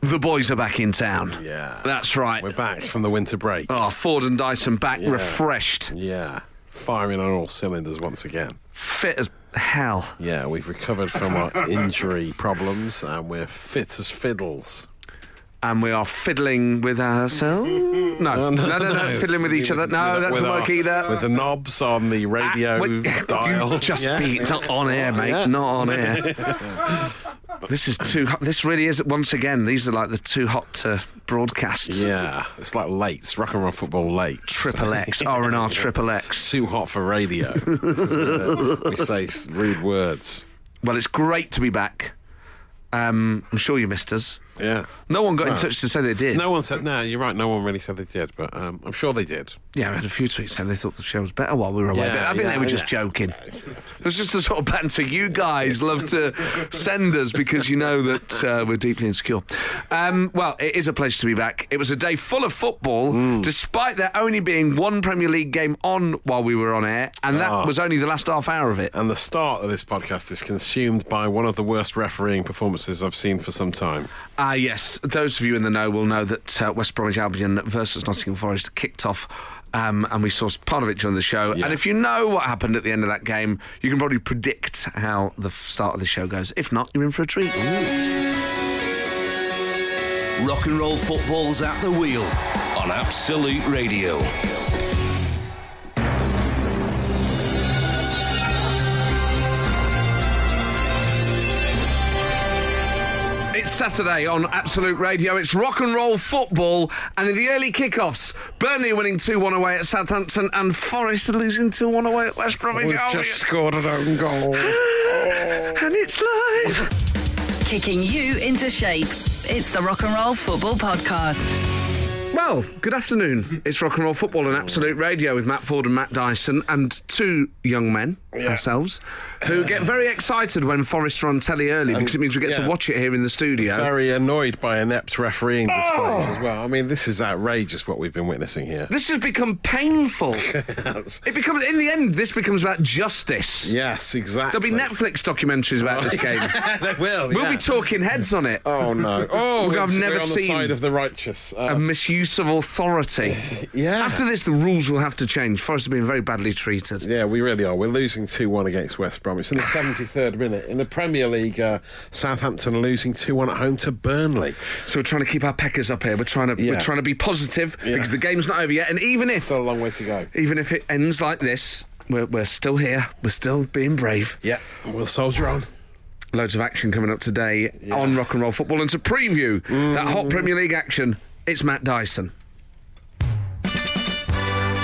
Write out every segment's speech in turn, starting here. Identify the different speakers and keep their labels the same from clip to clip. Speaker 1: The boys are back in town.
Speaker 2: Yeah.
Speaker 1: That's right.
Speaker 2: We're back from the winter break.
Speaker 1: Oh, Ford and Dyson back refreshed.
Speaker 2: Yeah. Firing on all cylinders once again.
Speaker 1: Fit as hell.
Speaker 2: Yeah, we've recovered from our injury problems and we're fit as fiddles.
Speaker 1: And we are fiddling with ourselves. No, no, no, no, fiddling with each other. No,
Speaker 2: With-
Speaker 1: that
Speaker 2: with
Speaker 1: doesn't work
Speaker 2: our-
Speaker 1: either.
Speaker 2: With the knobs on the
Speaker 1: Ah,
Speaker 2: radio
Speaker 1: wait,
Speaker 2: dial.
Speaker 1: You just
Speaker 2: Yeah.
Speaker 1: be not on air, mate.
Speaker 2: Yeah.
Speaker 1: Not on air. this is too. hot. This really is. Once again, these are like the too hot to broadcast.
Speaker 2: Yeah, it's like late. Rock and roll football late.
Speaker 1: Triple X, R and R, Triple X.
Speaker 2: Too hot for radio. This is where we say s- rude words.
Speaker 1: Well, it's great to be back. Um, I'm sure you missed us.
Speaker 2: Yeah.
Speaker 1: No one got in
Speaker 2: No.
Speaker 1: touch to say they did.
Speaker 2: No one said, no, you're right. No one really said they did, but um, I'm sure they did.
Speaker 1: Yeah, we had a few tweets saying they thought the show was better while we were away.
Speaker 2: Yeah,
Speaker 1: but I think
Speaker 2: yeah,
Speaker 1: they were just
Speaker 2: yeah.
Speaker 1: joking. It's just the sort of banter you guys love to send us because you know that uh, we're deeply insecure. Um, well, it is a pleasure to be back. It was a day full of football,
Speaker 2: Mm.
Speaker 1: despite there only being one Premier League game on while we were on air, and that
Speaker 2: Ah.
Speaker 1: was only the last half hour of it.
Speaker 2: And the start of this podcast is consumed by one of the worst refereeing performances I've seen for some time.
Speaker 1: Ah, yes. Those of you in the know will know that uh, West Bromwich Albion versus Nottingham Forest kicked off, um, and we saw part of it during the show.
Speaker 2: Yeah.
Speaker 1: And if you know what happened at the end of that game, you can probably predict how the f- start of the show goes. If not, you're in for a treat.
Speaker 3: Rock and roll football's at the wheel on Absolute Radio.
Speaker 1: It's Saturday on Absolute Radio. It's rock and roll football, and in the early kickoffs, Burnley winning 2 1 away at Southampton, and Forest losing 2 1 away at West Bromwich Albion.
Speaker 2: scored an own goal.
Speaker 1: And it's live.
Speaker 4: Kicking you into shape. It's the Rock and Roll Football Podcast.
Speaker 1: Well, good afternoon. It's Rock and Roll Football and Absolute Radio with Matt Ford and Matt Dyson and two young men ourselves who get very excited when Forrest are on telly early because it means we get to
Speaker 2: yeah.
Speaker 1: watch it here in the studio.
Speaker 2: Very annoyed by inept refereeing displays as well. I mean, this is outrageous what we've been witnessing here.
Speaker 1: This has become painful. it becomes in the end this becomes about justice.
Speaker 2: Yes, exactly.
Speaker 1: There'll be Netflix documentaries about this game.
Speaker 2: they will.
Speaker 1: We'll
Speaker 2: Oh, yeah.
Speaker 1: be talking heads on it.
Speaker 2: Oh no! Oh,
Speaker 1: Look, I've
Speaker 2: we're
Speaker 1: never
Speaker 2: on
Speaker 1: seen- Um,
Speaker 2: the side of the righteous.
Speaker 1: A
Speaker 2: Uh,
Speaker 1: misuse of authority.
Speaker 2: yeah,
Speaker 1: After this, the rules will have to change. Forrest have been very badly treated.
Speaker 2: yeah, we really are. We're losing two one against West Brom. It's in the seventy third minute in the Premier League. Uh, Southampton are losing two one at home to Burnley.
Speaker 1: So we're trying to keep our peckers up here. We're trying to we're
Speaker 2: Yeah.
Speaker 1: trying to be positive
Speaker 2: Yeah.
Speaker 1: because the game's not over yet. And even if
Speaker 2: Still a long way to go.
Speaker 1: even if it ends like this, we're, we're still here. We're still being brave.
Speaker 2: Yeah, we'll soldier on.
Speaker 1: Loads of action coming up today on Rock and Roll Football. And to preview that hot Premier League action, it's Matt Dyson.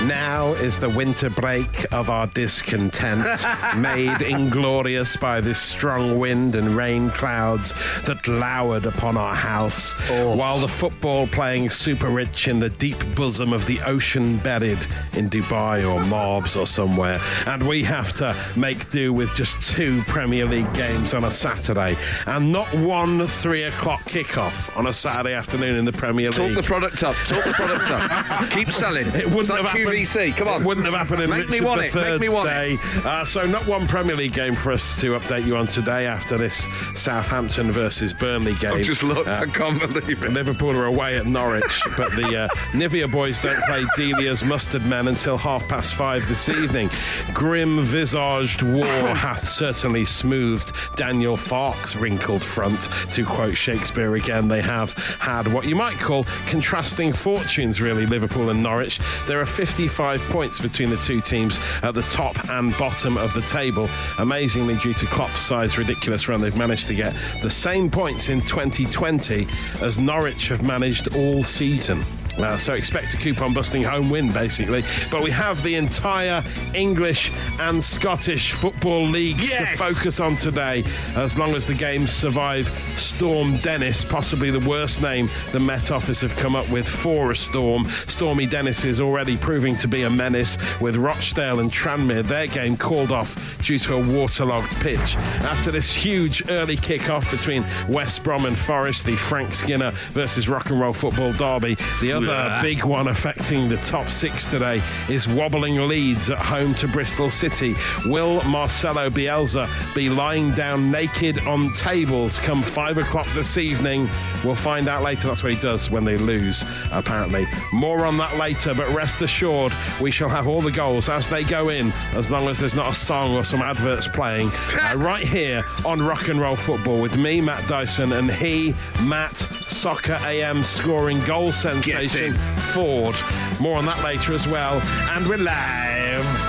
Speaker 2: Now is the winter break of our discontent, made inglorious by this strong wind and rain clouds that lowered upon our house, while the football playing super rich in the deep bosom of the ocean buried in Dubai or Marbs or somewhere. And we have to make do with just two Premier League games on a Saturday, and not one three o'clock kickoff on a Saturday afternoon in the Premier
Speaker 1: Talk
Speaker 2: League.
Speaker 1: the product up. Talk the product up. Keep selling.
Speaker 2: It wouldn't
Speaker 1: it's like
Speaker 2: have happened.
Speaker 1: QVC. Come on.
Speaker 2: It wouldn't have happened in
Speaker 1: Make me
Speaker 2: Richard
Speaker 1: want
Speaker 2: the
Speaker 1: it. Make
Speaker 2: Third's
Speaker 1: me want
Speaker 2: day. Uh, so not one Premier League game for us to update you on today after this Southampton versus Burnley game.
Speaker 1: I've just looked.
Speaker 2: Uh,
Speaker 1: I can't believe it.
Speaker 2: Liverpool are away at Norwich, but the uh, Nivea boys don't play Delia's Mustard Men until half past five this evening. Grim visaged war hath certainly smoothed Daniel Fark's wrinkled front. To quote Shakespeare again, they have had what you might call contrasting fortunes, really, Liverpool and Norwich. There are 55 points between the two teams at the top and bottom of the table. Amazingly, due to Klopp's side's ridiculous run, they've managed to get the same points in 2020 as Norwich have managed all season. Uh, so expect a coupon busting home win, basically. But we have the entire English and Scottish football leagues to
Speaker 1: Yes!
Speaker 2: focus focus on today as long as the games survive Storm Dennis, possibly the worst name the Met Office have come up with for a storm. Stormy Dennis is already proving to be a menace with Rochdale and Tranmere, their game called off due to a waterlogged pitch. After this huge early kick-off between West Brom and Forest, the Frank Skinner versus Rock and Roll Football Derby, the Another big one affecting the top six today is wobbling Leeds at home to Bristol City. Will Marcelo Bielsa be lying down naked on tables come five o'clock this evening? We'll find out later. That's what he does when they lose, apparently. More on that later, but rest assured, we shall have all the goals as they go in, as long as there's not a song or some adverts playing, uh, right here on Rock and Roll Football with me, Matt Dyson, and he, Matt Soccer AM, scoring goal sensation Ford. More on that later as well, and we're live.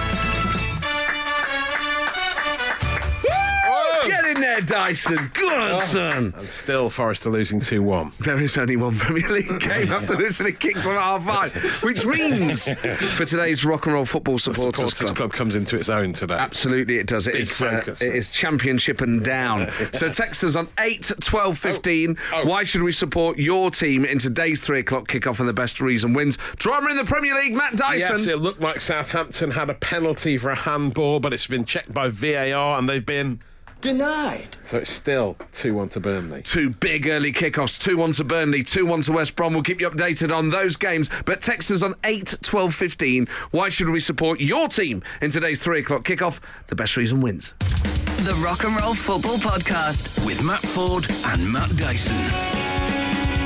Speaker 1: Get in there, Dyson. Go on,
Speaker 2: Oh.
Speaker 1: son.
Speaker 2: And still, Forest are losing 2 1.
Speaker 1: There is only one Premier League game after this, and it kicks on at half five, which means for today's Rock and Roll Football Supporters,
Speaker 2: Supporters
Speaker 1: Club.
Speaker 2: Club. comes into its own today.
Speaker 1: Absolutely, it does. It
Speaker 2: Big
Speaker 1: is, uh,
Speaker 2: focus.
Speaker 1: it is championship and down. So text us on 8 12 15.
Speaker 2: Oh.
Speaker 1: Why should we support your team in today's 3 o'clock kickoff and the best reason wins? Drama in the Premier League, Matt Dyson.
Speaker 2: Yes, it looked like Southampton had a penalty for a handball, but it's been checked by VAR and they've been
Speaker 5: Denied.
Speaker 2: so it's still two one to Burnley.
Speaker 1: Two big early kickoffs, 2 1 to Burnley, 2 1 to West Brom. We'll keep you updated on those games. But text us on 8 12 15. Why should we support your team in today's 3 o'clock kickoff? The best reason wins.
Speaker 4: The Rock and Roll Football Podcast.
Speaker 3: with Matt Ford and Matt Dyson.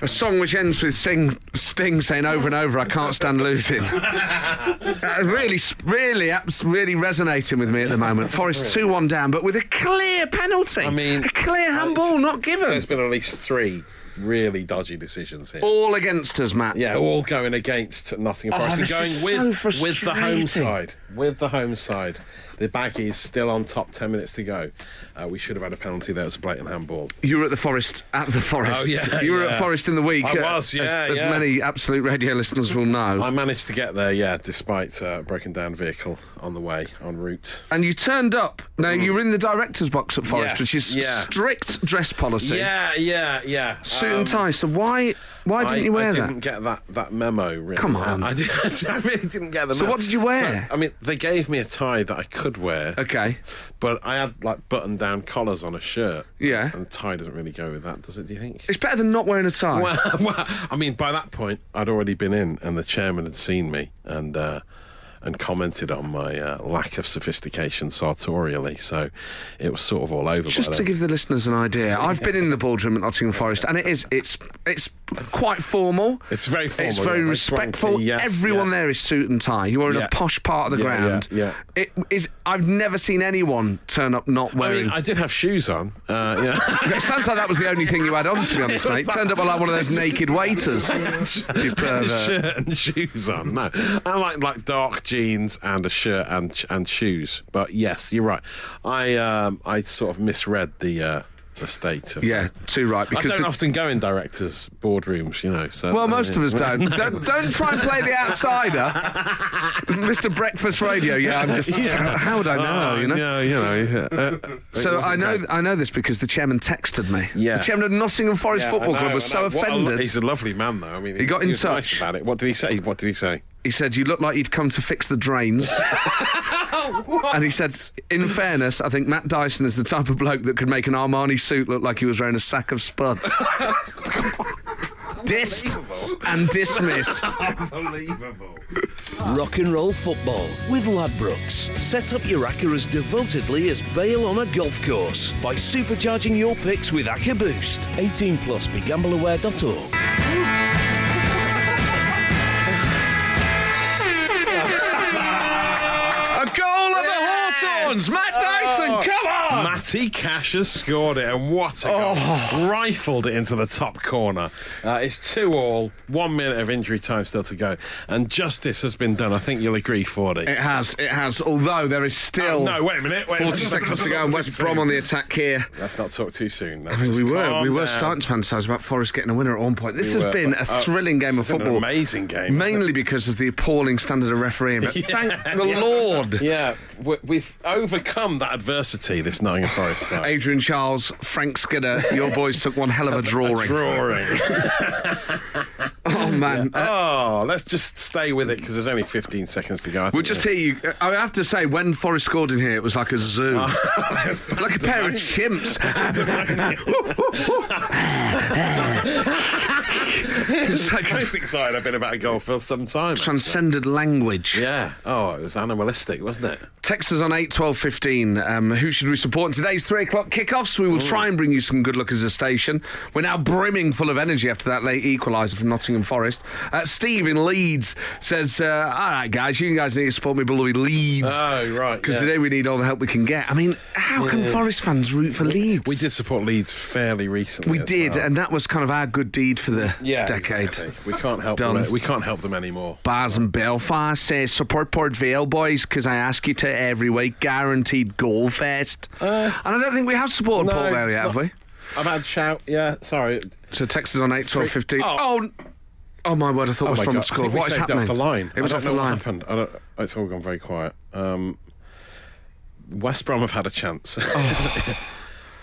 Speaker 1: A song which ends with sing, Sting saying over and over, I can't stand losing. Uh, really, really, abs- really resonating with me at the moment. Forest 2 1 down, but with a clear penalty.
Speaker 2: I mean,
Speaker 1: a clear handball not given.
Speaker 2: There's been at least three really dodgy decisions here.
Speaker 1: All against us, Matt.
Speaker 2: yeah, all going against
Speaker 1: Oh,
Speaker 2: Nottingham Forest and
Speaker 1: this
Speaker 2: going
Speaker 1: is
Speaker 2: with
Speaker 1: so
Speaker 2: with the home
Speaker 1: frustrating.
Speaker 2: side. With the home side, the baggies still on top. Ten minutes to go. Uh, we should have had a penalty there. It was a blatant handball.
Speaker 1: You were at the forest at the forest.
Speaker 2: Oh, yeah,
Speaker 1: you were
Speaker 2: yeah.
Speaker 1: at Forest in the week. uh,
Speaker 2: I was,
Speaker 1: as,
Speaker 2: yeah,
Speaker 1: as
Speaker 2: yeah.
Speaker 1: many absolute radio listeners will know.
Speaker 2: I managed to get there. Yeah, despite uh, a broken down vehicle on the way en route.
Speaker 1: and you turned up. Now you were in the director's box at Forest,
Speaker 2: Mm. Yes,
Speaker 1: which is
Speaker 2: yeah.
Speaker 1: strict dress policy.
Speaker 2: Yeah, yeah, yeah.
Speaker 1: Suit
Speaker 2: Um,
Speaker 1: and tie. So why why didn't
Speaker 2: I,
Speaker 1: you wear
Speaker 2: I
Speaker 1: that?
Speaker 2: didn't get that, that memo. Really. Uh,
Speaker 1: Come on.
Speaker 2: I, did, I really didn't get the.
Speaker 1: So
Speaker 2: memo.
Speaker 1: what did you wear?
Speaker 2: So, I mean, they gave me a tie that I could wear,
Speaker 1: Okay.
Speaker 2: but I had like button-down collars on a shirt.
Speaker 1: Yeah.
Speaker 2: and tie doesn't really go with that, does it? Do you think?
Speaker 1: It's better than not wearing a tie.
Speaker 2: Well, well, I mean, by that point, I'd already been in, and the chairman had seen me and uh, and commented on my uh, lack of sophistication sartorially. So it was sort of all over. by
Speaker 1: Just to
Speaker 2: then.
Speaker 1: give the listeners an idea, I've been in the boardroom at Nottingham Forest, and it is it's it's quite formal.
Speaker 2: It's very formal,
Speaker 1: It's
Speaker 2: yeah,
Speaker 1: very
Speaker 2: very
Speaker 1: respectful.
Speaker 2: swanky, yes,
Speaker 1: Everyone
Speaker 2: yeah.
Speaker 1: there is suit and tie. You are in
Speaker 2: Yeah.
Speaker 1: a posh part of the
Speaker 2: Yeah, yeah,
Speaker 1: ground.
Speaker 2: yeah.
Speaker 1: It is. I've never seen anyone turn up not
Speaker 2: I
Speaker 1: wearing.
Speaker 2: mean, I did have shoes on. Uh, yeah.
Speaker 1: it sounds like that was the only thing you had on, to be honest, mate. Turned up like one of those naked waiters. uh, you pervert.
Speaker 2: shirt and shoes on. No, I like like dark jeans and a shirt and and shoes. But yes, you're right. I um I sort of misread the uh, the state of
Speaker 1: Yeah, too right.
Speaker 2: I
Speaker 1: Because
Speaker 2: don't
Speaker 1: the-
Speaker 2: often go in directors' boardrooms, you know. So uh,
Speaker 1: Well, most of us don't. don't. Don't try and play the outsider, Mr. Breakfast Radio. Yeah, I'm just. How would I know?
Speaker 2: Oh,
Speaker 1: you know.
Speaker 2: yeah, you know. yeah. Uh, it
Speaker 1: So
Speaker 2: wasn't
Speaker 1: I know
Speaker 2: great.
Speaker 1: I know this because the chairman texted me.
Speaker 2: Yeah.
Speaker 1: The chairman of Nottingham Forest
Speaker 2: Yeah,
Speaker 1: Football
Speaker 2: I
Speaker 1: Club
Speaker 2: know,
Speaker 1: was
Speaker 2: I
Speaker 1: so
Speaker 2: know. What a lo-
Speaker 1: offended.
Speaker 2: he's a lovely man, though. I mean, he,
Speaker 1: got in
Speaker 2: he was nice
Speaker 1: touch.
Speaker 2: about it. What did he say? What did he say?
Speaker 1: He said, "You look like you'd come to fix the drains." and he said, "In fairness, I think Matt Dyson is the type of bloke that could make an Armani suit look like he was wearing a sack of spuds." Dissed and dismissed.
Speaker 3: Rock and roll football with Ladbrokes. Set up your acca as devotedly as Bale on a golf course by supercharging your picks with Acca Boost. 18 plus begambleaware.org.
Speaker 1: A goal of the Hawthorns. Matt
Speaker 2: Oh.
Speaker 1: Dyson, come on!
Speaker 2: Matty Cash has scored it, and what a goal. Rifled it into the top corner. Uh, it's two all, one minute of injury time still to go, and justice has been done. I think you'll agree, Fordy.
Speaker 1: It has, it has. Although there is still
Speaker 2: Oh, no, wait a minute, wait
Speaker 1: 40
Speaker 2: a minute.
Speaker 1: seconds to go, and West Brom on the attack here.
Speaker 2: Let's not talk too soon. Let's
Speaker 1: I mean,
Speaker 2: just
Speaker 1: we were
Speaker 2: calm
Speaker 1: we were
Speaker 2: down.
Speaker 1: starting to fantasise about Forest getting a winner at one point. This
Speaker 2: We
Speaker 1: has
Speaker 2: were,
Speaker 1: been a
Speaker 2: but, uh,
Speaker 1: thrilling game of
Speaker 2: it's been an
Speaker 1: football,
Speaker 2: amazing game, isn't
Speaker 1: mainly because of the appalling standard of refereeing. But thank the Lord,
Speaker 2: Yeah, we- we've overcome that adversity. This Nottingham Forest side.
Speaker 1: Adrian Charles, Frank Skinner, your boys took one hell of a drawing.
Speaker 2: Drawing.
Speaker 1: oh man. Uh,
Speaker 2: Oh, let's just stay with it because there's only 15 seconds to go. I
Speaker 1: we'll
Speaker 2: think.
Speaker 1: just hear you. Uh, I have to say, when Forrest scored in here, it was like a zoo.
Speaker 2: Let's back
Speaker 1: like a
Speaker 2: to
Speaker 1: pair of
Speaker 2: that.
Speaker 1: chimps. it's like a
Speaker 2: Most excited I've been about golf for some time.
Speaker 1: transcended language.
Speaker 2: Yeah. Oh, it was animalistic, wasn't it?
Speaker 1: Text us on 8 12 15. Um, who should we support in today's 3 o'clock kickoffs? We will try and bring you some good luck as a station. We're now brimming full of energy after that late equaliser from Nottingham Forest. Uh, Steve in Leeds says, uh, All right, guys, you guys need to support me, beloved Leeds.
Speaker 2: Oh, right,
Speaker 1: Because
Speaker 2: yeah.
Speaker 1: today we need all the help we can get. I mean, how can Forest fans root for Leeds?
Speaker 2: We did support Leeds fairly recently.
Speaker 1: We
Speaker 2: as
Speaker 1: did,
Speaker 2: well.
Speaker 1: and that was kind of our good deed for the
Speaker 2: yeah,
Speaker 1: decade.
Speaker 2: exactly. We can't help
Speaker 1: Done.
Speaker 2: them. We can't help them anymore.
Speaker 1: Baz and Belfast says support Port Vale boys because I ask you to every week, guaranteed goal fest. and I don't think we have supported
Speaker 2: Uh, No,
Speaker 1: Port Vale
Speaker 2: it's
Speaker 1: yet, have
Speaker 2: not-
Speaker 1: we?
Speaker 2: I've had shout. Yeah, sorry.
Speaker 1: So text us on eight twelve fifteen.
Speaker 2: Oh.
Speaker 1: Oh. oh, my word! I thought it was
Speaker 2: my
Speaker 1: from
Speaker 2: God,
Speaker 1: the
Speaker 2: I
Speaker 1: score.
Speaker 2: think we
Speaker 1: What is
Speaker 2: saved
Speaker 1: happening?
Speaker 2: It off the line.
Speaker 1: It was
Speaker 2: I don't
Speaker 1: off
Speaker 2: know
Speaker 1: the
Speaker 2: what
Speaker 1: line.
Speaker 2: happened. I don't, it's all gone very quiet. Um, West Brom have had a chance.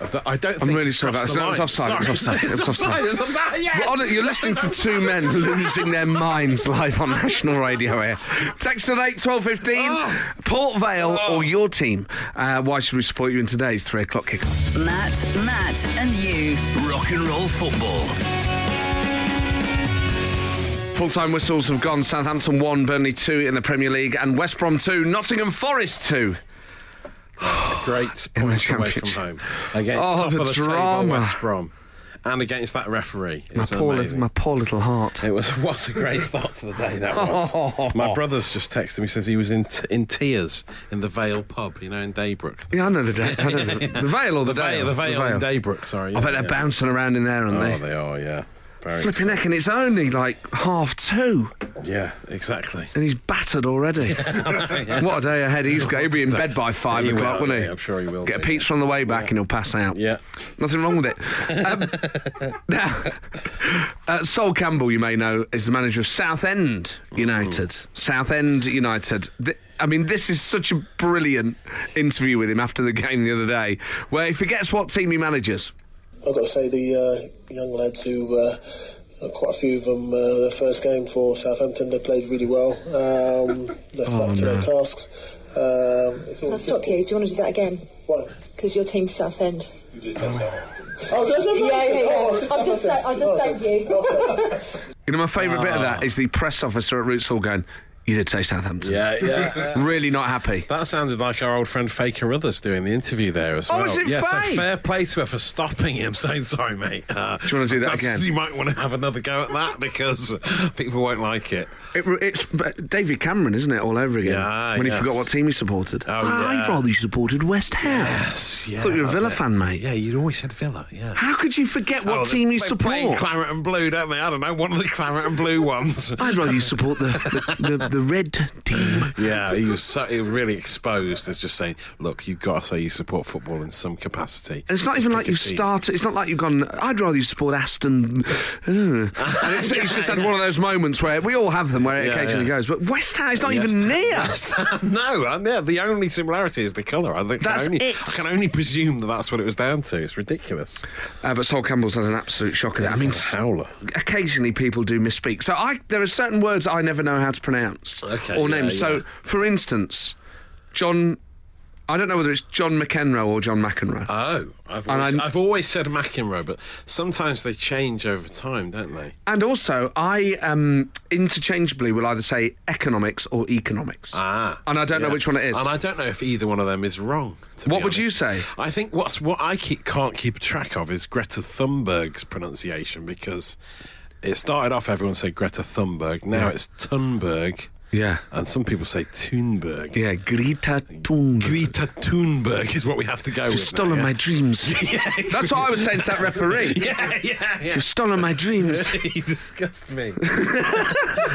Speaker 2: Of that- I don't.
Speaker 1: Oh. I'm
Speaker 2: think
Speaker 1: really
Speaker 2: it's
Speaker 1: sorry about this.
Speaker 2: crossed the
Speaker 1: No, it was offside,
Speaker 2: line.
Speaker 1: it was
Speaker 2: Sorry.
Speaker 1: offside, it was
Speaker 2: It's
Speaker 1: offside.
Speaker 2: It's offside. Yeah.
Speaker 1: Well, look, you're listening to two men losing their minds live on national radio here. Text on 8 12 15,
Speaker 2: Oh.
Speaker 1: Port Vale or your team. Uh, why should we support you in today's three o'clock kick off?
Speaker 4: Matt, Matt, and you.
Speaker 6: Rock and roll football.
Speaker 1: Full time whistles have gone. Southampton 1, Burnley 2 in the Premier League, and West Brom 2, Nottingham Forest 2.
Speaker 2: Great
Speaker 1: In the
Speaker 2: points away from
Speaker 1: championship.
Speaker 2: home against
Speaker 1: Oh,
Speaker 2: top
Speaker 1: the
Speaker 2: of the
Speaker 1: drama.
Speaker 2: table West Brom, and against that referee. It
Speaker 1: My
Speaker 2: was
Speaker 1: poor, little,
Speaker 2: amazing.
Speaker 1: my poor little heart.
Speaker 2: It was was a great start to the day. That was. My brother's just texted me. Says he was in t- in tears in the Vale pub, you know, in Daybrook.
Speaker 1: Yeah, I know the day. I know the, the Vale or Oh, the,
Speaker 2: The Vale,
Speaker 1: Dale?
Speaker 2: the Vale, in Daybrook. Sorry.
Speaker 1: I bet they're
Speaker 2: yeah.
Speaker 1: bouncing around in there, aren't
Speaker 2: Oh,
Speaker 1: they?
Speaker 2: they are. Yeah. Very.
Speaker 1: Flipping neck, and it's only like half two,
Speaker 2: Yeah. Exactly.
Speaker 1: and he's battered already. What a day ahead he's got. He'll be in bed by five
Speaker 2: He will,
Speaker 1: o'clock, won't he?
Speaker 2: yeah, I'm sure he will
Speaker 1: Get a
Speaker 2: be,
Speaker 1: pizza on the way back, and he'll pass out.
Speaker 2: Yeah.
Speaker 1: Nothing wrong with it. Um, now, uh, Sol Campbell, you may know, is the manager of Southend United.
Speaker 2: Mm.
Speaker 1: Southend United. Th- I mean, this is such a brilliant interview with him after the game the other day, where he forgets what team he manages.
Speaker 7: I've got to say the uh, young lads who, uh, quite a few of them, uh, their first game for Southampton, they played really well. Um, they stuck to their tasks. Um, it's all
Speaker 8: I'll stop you. Do you want to do that again?
Speaker 7: Why?
Speaker 8: Because your team's South End.
Speaker 7: Oh, there's a
Speaker 8: Yeah, yeah, yeah. I'll just say, I'll just say you.
Speaker 1: You know, my favourite bit of
Speaker 2: Ah.
Speaker 1: that is the press officer at Roots Hall going, You did say Southampton.
Speaker 2: Yeah. Yeah.
Speaker 1: Really not happy.
Speaker 2: That sounded like our old friend Faye Carruthers doing the interview there as
Speaker 1: Oh,
Speaker 2: well.
Speaker 1: is it
Speaker 2: yeah,
Speaker 1: Faye?
Speaker 2: so fair play to her for stopping him, saying, sorry, mate. Uh,
Speaker 1: you wanna do that
Speaker 2: that's-
Speaker 1: again?
Speaker 2: You might want to have another go at that because people won't like it.
Speaker 1: It, it's but David Cameron, isn't it, all over again?
Speaker 2: Yeah,
Speaker 1: when he
Speaker 2: yes.
Speaker 1: forgot what team he supported.
Speaker 2: Oh,
Speaker 1: I'd
Speaker 2: yeah.
Speaker 1: rather you supported West Ham.
Speaker 2: Yes, yeah,
Speaker 1: thought you were a
Speaker 2: that's
Speaker 1: Villa
Speaker 2: it.
Speaker 1: fan, mate.
Speaker 2: Yeah, you'd always said Villa, yeah.
Speaker 1: How could you forget what
Speaker 2: Oh, they-
Speaker 1: team you
Speaker 2: they play
Speaker 1: support?
Speaker 2: claret and blue, don't they? I don't know, one of the claret and blue ones.
Speaker 1: I'd rather you support the, the, the, the red team.
Speaker 2: yeah, he was so he was really exposed as just saying, look, you've got to say you support football in some capacity.
Speaker 1: And it's not
Speaker 2: Just
Speaker 1: even
Speaker 2: pick
Speaker 1: like
Speaker 2: a
Speaker 1: you've
Speaker 2: team.
Speaker 1: started. It's not like you've gone. I'd rather you support Aston. Uh. and it's, it's just had one of those moments where we all have them, where it
Speaker 2: Yeah,
Speaker 1: occasionally
Speaker 2: yeah.
Speaker 1: goes. But West Ham is not
Speaker 2: Yes.
Speaker 1: even near.
Speaker 2: no, and yeah, the only similarity is the colour. I think
Speaker 1: That's
Speaker 2: I only,
Speaker 1: it.
Speaker 2: I can only presume that that's what it was down to. It's ridiculous.
Speaker 1: Uh, but Sol Campbell's had an absolute shocker. there. I mean,
Speaker 2: It's a howler.
Speaker 1: occasionally people do misspeak. So I, there are certain words I never know how to pronounce
Speaker 2: Okay,
Speaker 1: or
Speaker 2: yeah,
Speaker 1: names. So,
Speaker 2: yeah.
Speaker 1: for instance, John. I don't know whether it's John McEnroe or John McEnroe.
Speaker 2: Oh, I've
Speaker 1: And
Speaker 2: always,
Speaker 1: I-
Speaker 2: I've always said McEnroe, but sometimes they change over time, don't they?
Speaker 1: And also, I um, interchangeably will either say economics or economics.
Speaker 2: Ah,
Speaker 1: And I don't know
Speaker 2: yeah.
Speaker 1: which one it is.
Speaker 2: And I don't know if either one of them is wrong. to be
Speaker 1: What would you
Speaker 2: honest.
Speaker 1: say?
Speaker 2: I think what's what I keep, can't keep track of is Greta Thunberg's pronunciation because it started off everyone said Greta Thunberg, now it's Thunberg,
Speaker 1: yeah.
Speaker 2: and some people say Thunberg.
Speaker 1: Yeah, Greta Thunberg.
Speaker 2: Greta Thunberg is what we have to go
Speaker 1: You've
Speaker 2: with. now,
Speaker 1: stolen
Speaker 2: yeah?
Speaker 1: my dreams. That's what I was saying to that referee.
Speaker 2: Yeah, yeah, yeah.
Speaker 1: You've stolen my dreams.
Speaker 2: he disgusts me.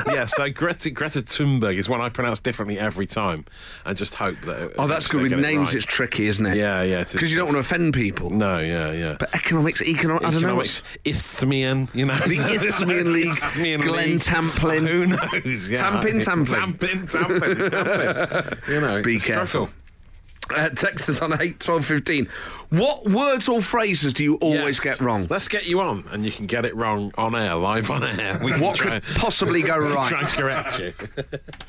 Speaker 2: yeah, so Greta, Greta Thunberg is one I pronounce differently every time, and just hope that. it-
Speaker 1: Oh, that's
Speaker 2: they
Speaker 1: good. With
Speaker 2: get it
Speaker 1: names,
Speaker 2: right.
Speaker 1: it's tricky, isn't it?
Speaker 2: Yeah, yeah, it is
Speaker 1: Because you don't want to offend people.
Speaker 2: No, yeah, yeah.
Speaker 1: But economics, economics, I don't know.
Speaker 2: Economics,
Speaker 1: what's-
Speaker 2: Isthmian, you know.
Speaker 1: The Isthmian League,
Speaker 2: Isthmian
Speaker 1: Glen
Speaker 2: League.
Speaker 1: Tamplin.
Speaker 2: Who knows? Yeah.
Speaker 1: Tampin, Tamplin.
Speaker 2: Tampin, Tampin, Tampin. You know,
Speaker 1: Be
Speaker 2: it's a
Speaker 1: careful.
Speaker 2: struggle.
Speaker 1: Uh, text us on 8 12 15. What words or phrases do you always
Speaker 2: Yes.
Speaker 1: get wrong?
Speaker 2: Let's get you on, and you can get it wrong on air, live on air. We can
Speaker 1: What
Speaker 2: try,
Speaker 1: could possibly go
Speaker 2: try and
Speaker 1: right?
Speaker 2: correct you.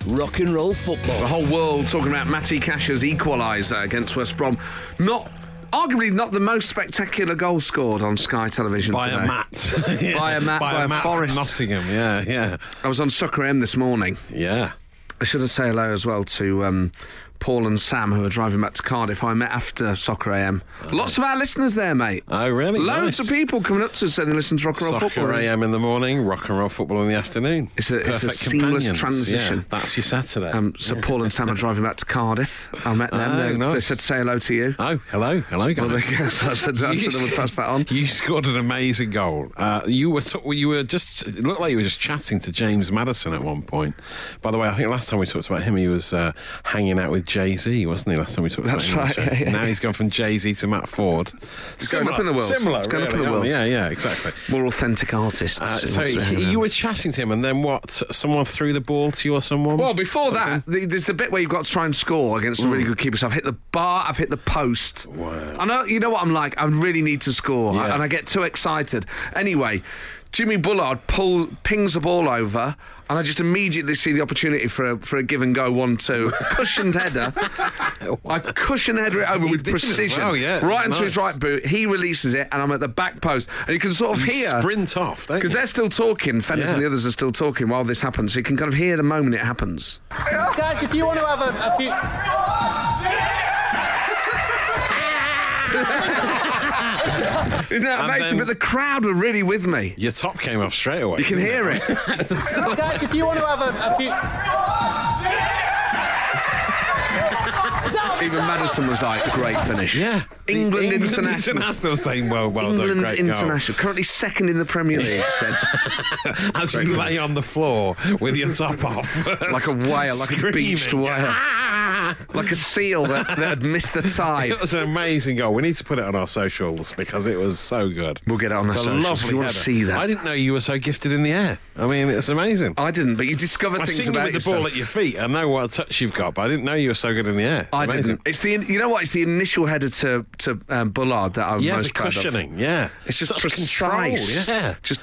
Speaker 3: Rock and roll
Speaker 1: The
Speaker 3: football.
Speaker 1: whole world talking about Matty Cash's equaliser against West Brom. Not, arguably, not the most spectacular goal scored on Sky Television
Speaker 2: By
Speaker 1: today.
Speaker 2: a mat.
Speaker 1: By a mat, by a
Speaker 2: mat
Speaker 1: forest.
Speaker 2: From Nottingham, yeah, yeah,
Speaker 1: I was on Sucker M this morning.
Speaker 2: yeah.
Speaker 1: I should have say hello as well to um, Paul and Sam who are driving back to Cardiff. who I met after Soccer AM. Lots of our listeners there, mate.
Speaker 2: Oh, really?
Speaker 1: Loads
Speaker 2: Nice.
Speaker 1: of people coming up to us saying they listen to Rock and Roll
Speaker 2: Soccer
Speaker 1: Football.
Speaker 2: AM in the morning, rock and roll football in the afternoon.
Speaker 1: It's a- it's a
Speaker 2: Perfect
Speaker 1: seamless
Speaker 2: companions.
Speaker 1: transition.
Speaker 2: Yeah, that's your Saturday.
Speaker 1: Um, so Paul and Sam are driving back to Cardiff. I met them.
Speaker 2: Oh,
Speaker 1: they, they
Speaker 2: nice.
Speaker 1: said say hello to you.
Speaker 2: oh, hello, hello, guys.
Speaker 1: Well, there you go. So I said I said I would pass that on.
Speaker 2: You scored an amazing goal. Uh, you were t- you were just it looked like you were just chatting to James Madison at one point. By the way, I think last time we talked about him, he was uh, hanging out with Jay Z, wasn't he? Last time we talked
Speaker 1: That's
Speaker 2: about him.
Speaker 1: right,
Speaker 2: Jay-
Speaker 1: yeah, yeah.
Speaker 2: Now he's gone from Jay Z to Matt Ford.
Speaker 1: going up in the world.
Speaker 2: Similar,
Speaker 1: He's going up in
Speaker 2: really,
Speaker 1: the world.
Speaker 2: Yeah, yeah, exactly.
Speaker 1: More authentic artists.
Speaker 2: Uh, so
Speaker 1: What's their
Speaker 2: he,
Speaker 1: name?
Speaker 2: you were chatting to him, and then what? Someone threw the ball to you, or someone?
Speaker 1: Well, before
Speaker 2: Something? Mm.
Speaker 1: that, the, there's the bit where you've got to try and score against a really good keeper. So I've hit the bar, I've hit the post. Wow. I know, you know what I'm like. I really need to score, I-
Speaker 2: Yeah.
Speaker 1: and I get too excited. Anyway, Jimmy Bullard pull, pings the ball over, and I just immediately see the opportunity for a, for a give and go one two cushioned header. I cushion header it over with
Speaker 2: did as
Speaker 1: precision,
Speaker 2: well, yeah.
Speaker 1: right
Speaker 2: It was
Speaker 1: into his
Speaker 2: nice.
Speaker 1: right boot. He releases it, and I'm at the back post, and you can sort of
Speaker 2: You
Speaker 1: hear
Speaker 2: sprint off, don't
Speaker 1: because
Speaker 2: you?
Speaker 1: they're still talking. Fenders and
Speaker 2: Yeah.
Speaker 1: the others are still talking while this happens. So you can kind of hear the moment it happens.
Speaker 5: Guys, if you want to have a, a few.
Speaker 1: Isn't that
Speaker 2: And
Speaker 1: amazing?
Speaker 2: then-
Speaker 1: but the crowd were really with me.
Speaker 2: Your top came off straight away.
Speaker 1: You can hear it.
Speaker 5: Guys, if you want to have a, a few.
Speaker 1: Even Madison was like, great finish.
Speaker 2: Yeah.
Speaker 1: England,
Speaker 2: England
Speaker 1: International.
Speaker 2: International saying, well, well done,
Speaker 1: England
Speaker 2: great goal.
Speaker 1: International. Currently second in the Premier League, said.
Speaker 2: as you lay on the floor with your top off.
Speaker 1: Like a whale, like a beached
Speaker 2: Screaming. Ah!
Speaker 1: whale. Like a seal that, that had missed the tide.
Speaker 2: It was an amazing goal. We need to put it on our socials because it was so good.
Speaker 1: We'll get it on
Speaker 2: It's
Speaker 1: our
Speaker 2: a
Speaker 1: socials.
Speaker 2: Lovely
Speaker 1: You wanna
Speaker 2: header.
Speaker 1: see that.
Speaker 2: I didn't know you were so gifted in the air. I mean, it's amazing.
Speaker 1: I didn't, but you discover
Speaker 2: I've
Speaker 1: things
Speaker 2: seen you
Speaker 1: about
Speaker 2: with the ball
Speaker 1: yourself.
Speaker 2: at your feet. I know what a touch you've got, but I didn't know you were so good in the air. It's
Speaker 1: I
Speaker 2: amazing.
Speaker 1: didn't. It's the you know what? It's the initial header to to um, Bullard that I'm
Speaker 2: Yeah,
Speaker 1: most
Speaker 2: the
Speaker 1: proud of.
Speaker 2: cushioning. Yeah,
Speaker 1: It's just
Speaker 2: Such
Speaker 1: precise.
Speaker 2: Control, yeah.
Speaker 1: Just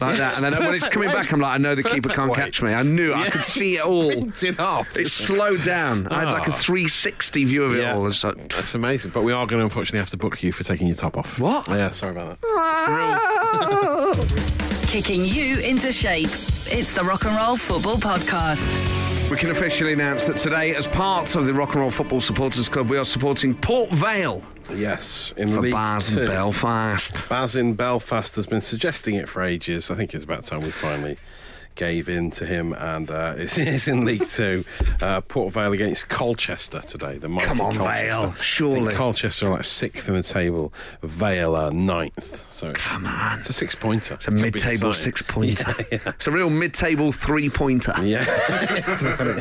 Speaker 1: like
Speaker 2: Yeah,
Speaker 1: that. And then
Speaker 2: it's
Speaker 1: when it's
Speaker 2: perfect
Speaker 1: coming
Speaker 2: weight.
Speaker 1: back, I'm like, I know the keeper
Speaker 2: Perfect
Speaker 1: can't
Speaker 2: weight.
Speaker 1: catch me. I knew it. I
Speaker 2: Yeah,
Speaker 1: could see it
Speaker 2: it's
Speaker 1: all.
Speaker 2: printed off.
Speaker 1: It slowed down. I had like a
Speaker 2: Oh.
Speaker 1: 360 view of it all. It's like,
Speaker 2: That's amazing. But we are going to unfortunately have to book you for taking your top off.
Speaker 1: What?
Speaker 2: Yeah, sorry about that.
Speaker 4: Kicking you into shape. It's the Rock and Roll Football Podcast.
Speaker 1: we can officially announce that today, as part of the Rock and Roll Football Supporters Club, we are supporting Port Vale
Speaker 2: Yes, in
Speaker 1: for
Speaker 2: League
Speaker 1: Bars
Speaker 2: Two.
Speaker 1: and Belfast.
Speaker 2: Baz in Belfast has been suggesting it for ages. I think it's about time we finally gave in to him. And uh, it's, it's in League Two. Uh, Port Vale against Colchester today. The mighty
Speaker 1: Come on,
Speaker 2: Colchester.
Speaker 1: Vale,
Speaker 2: I think
Speaker 1: surely.
Speaker 2: Colchester are like sixth in the table. Vale are ninth. So it's, Come on. it's a six pointer.
Speaker 1: It's a mid-table six-pointer. It's a real mid-table three-pointer.
Speaker 2: Yeah.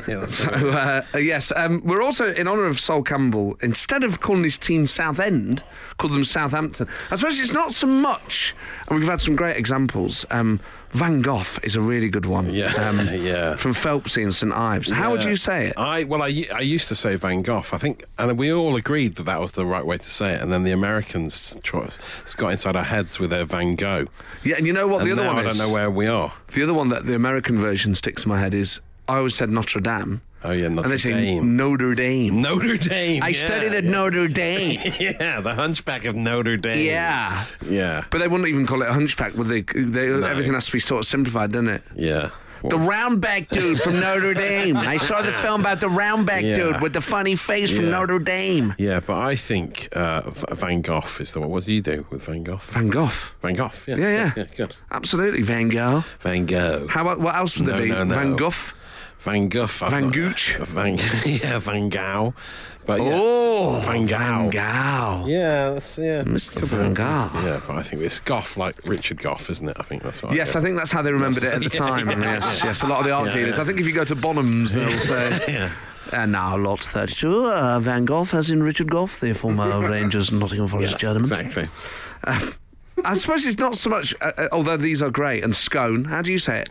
Speaker 2: yeah that's right.
Speaker 1: Uh, yes, um, we're also in honour of Sol Campbell. Instead of calling his team Southend, call them Southampton. I suppose it's not so much, and we've had some great examples. Um, Van Gogh is a really good one.
Speaker 2: Yeah,
Speaker 1: um,
Speaker 2: yeah.
Speaker 1: From Phelpsy and St Ives. How would
Speaker 2: Yeah.
Speaker 1: you say it?
Speaker 2: I well, I, I used to say Van Gogh. I think, and we all agreed that that was the right way to say it. And then the Americans tro- got inside our heads with their Van Gogh.
Speaker 1: yeah, and you know what
Speaker 2: And
Speaker 1: the other
Speaker 2: now
Speaker 1: one
Speaker 2: I don't
Speaker 1: is?
Speaker 2: know where we are.
Speaker 1: The other one that the American version sticks in my head is I always said Notre Dame.
Speaker 2: Oh, yeah,
Speaker 1: and
Speaker 2: Notre
Speaker 1: they say
Speaker 2: Dame.
Speaker 1: Notre Dame.
Speaker 2: Notre Dame.
Speaker 1: I
Speaker 2: yeah,
Speaker 1: studied at
Speaker 2: yeah.
Speaker 1: Notre Dame.
Speaker 2: Yeah, the Hunchback of Notre Dame.
Speaker 1: yeah.
Speaker 2: Yeah.
Speaker 1: But they wouldn't even call it a hunchback, would they? they Everything has to be sort of simplified, doesn't it?
Speaker 2: Yeah.
Speaker 1: The roundback dude from Notre Dame. I saw the film about the roundback
Speaker 2: Yeah.
Speaker 1: dude with the funny face from
Speaker 2: Yeah.
Speaker 1: Notre Dame.
Speaker 2: yeah, but I think uh, V- Van Gogh is the one. What do you do with Van Gogh?
Speaker 1: Van Gogh.
Speaker 2: Van Gogh. Yeah.
Speaker 1: Yeah, yeah.
Speaker 2: yeah good.
Speaker 1: Absolutely, Van Gogh.
Speaker 2: Van Gogh.
Speaker 1: How about what else would there
Speaker 2: No,
Speaker 1: be?
Speaker 2: no, no.
Speaker 1: Van Gogh.
Speaker 2: Van Gogh. I've
Speaker 1: Van
Speaker 2: not-
Speaker 1: Gooch?
Speaker 2: Van yeah, Van Gogh. But yeah.
Speaker 1: Oh,
Speaker 2: Van Gogh.
Speaker 1: Van Gogh.
Speaker 2: Yeah, that's yeah.
Speaker 1: Mr.
Speaker 2: Could be
Speaker 1: Van
Speaker 2: wrong.
Speaker 1: Gogh.
Speaker 2: Yeah, but I think it's Goff like Richard Goff, isn't it? I think that's what.
Speaker 1: Yes, I think that's how they remembered it at the
Speaker 2: Yeah,
Speaker 1: time. yes, yes, a lot of the art
Speaker 2: Yeah,
Speaker 1: dealers.
Speaker 2: yeah.
Speaker 1: I think if you go to Bonhams, they'll say.
Speaker 2: Yeah.
Speaker 1: And now, lot 32, uh, Van Gogh, as in Richard Gogh, the former Rangers and Nottingham Forest gentleman.
Speaker 2: Exactly.
Speaker 1: I suppose it's not so much, uh, uh, although these are great, and scone. How do you say it?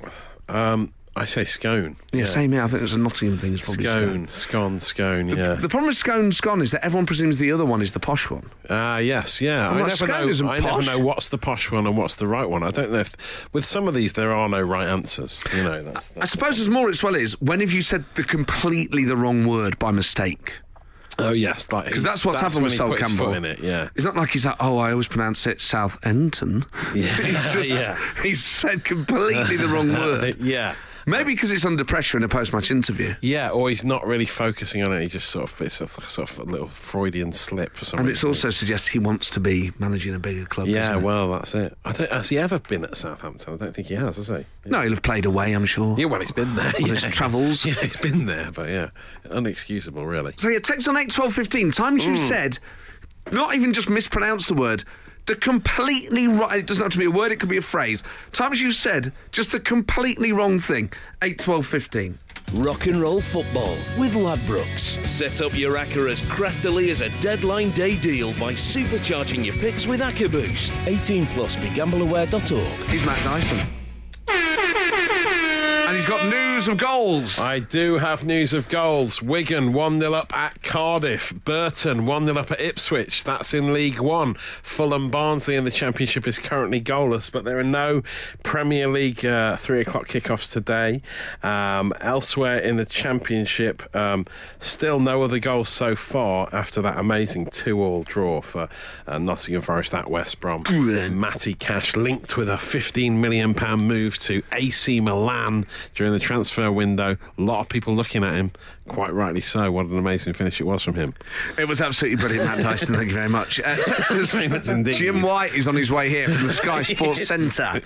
Speaker 2: Um, I say scone.
Speaker 1: Yeah, same here. I think it's a Nottingham thing. It's probably scone.
Speaker 2: Scone, scone, scone, yeah.
Speaker 1: The problem with scone scone is that everyone presumes the other one is the posh one.
Speaker 2: Ah, yes, yeah.
Speaker 1: Well,
Speaker 2: I never
Speaker 1: scone isn't
Speaker 2: know. I never
Speaker 1: posh.
Speaker 2: know what's the posh one and what's the right one. I don't know if with some of these there are no right answers. You know, that's,
Speaker 1: I
Speaker 2: that's
Speaker 1: suppose as more as well is when have you said the completely the wrong word by mistake?
Speaker 2: oh yes, because
Speaker 1: Because that's what's happened
Speaker 2: when
Speaker 1: with
Speaker 2: he
Speaker 1: Sol
Speaker 2: put his
Speaker 1: Campbell.
Speaker 2: foot in it. Yeah,
Speaker 1: It's not like he's like, oh, I always pronounce it Southampton.
Speaker 2: Yeah.
Speaker 1: he's just
Speaker 2: Yeah.
Speaker 1: he's said completely the wrong
Speaker 2: Uh,
Speaker 1: word.
Speaker 2: yeah,
Speaker 1: Maybe because it's under pressure in a post-match interview.
Speaker 2: yeah. Or he's not really focusing on it. He just sort of it's a, sort of a little Freudian slip for some
Speaker 1: And it's
Speaker 2: reason.
Speaker 1: also suggests he wants to be managing a bigger club.
Speaker 2: yeah.
Speaker 1: doesn't it?
Speaker 2: Well, that's it. I don't, has he ever been at Southampton? I don't think he has, has he?
Speaker 1: no, he'll have played away, I'm sure.
Speaker 2: Yeah, well, he's been there.
Speaker 1: On his
Speaker 2: yeah.
Speaker 1: travels.
Speaker 2: Yeah, he's been there, but yeah, unexcusable, really.
Speaker 1: So yeah, text on eight twelve fifteen. Times you
Speaker 2: Mm.
Speaker 1: said, not even just mispronounced the word, the completely right. It doesn't have to be a word; it could be a phrase. Times you said just the completely wrong thing. Eight twelve fifteen.
Speaker 3: Rock and roll football with Ladbrokes. Set up your Acca as craftily as a deadline day deal by supercharging your picks with Acca Boost. 18 plus begambleaware.org.
Speaker 1: He's Matt Dyson, and he's got news of goals.
Speaker 2: I do have news of goals. Wigan 1 0 up at Cardiff. Burton 1 0 up at Ipswich. That's in League One. Fulham Barnsley in the Championship is currently goalless, but there are no Premier League uh, 3 o'clock kickoffs today. Um, elsewhere in the Championship, um, still no other goals so far after that amazing 2 all draw for uh, Nottingham Forest at West Brom. Matty Cash linked with a £15 million move to AC Milan during the transfer window. A lot of people looking at him, quite rightly so. What an amazing finish it was from him.
Speaker 1: It was absolutely brilliant, Matt Dyson. Thank you very much. Uh, text us-
Speaker 2: Very much indeed.
Speaker 1: Jim White is on his way here from the Sky Sports Centre.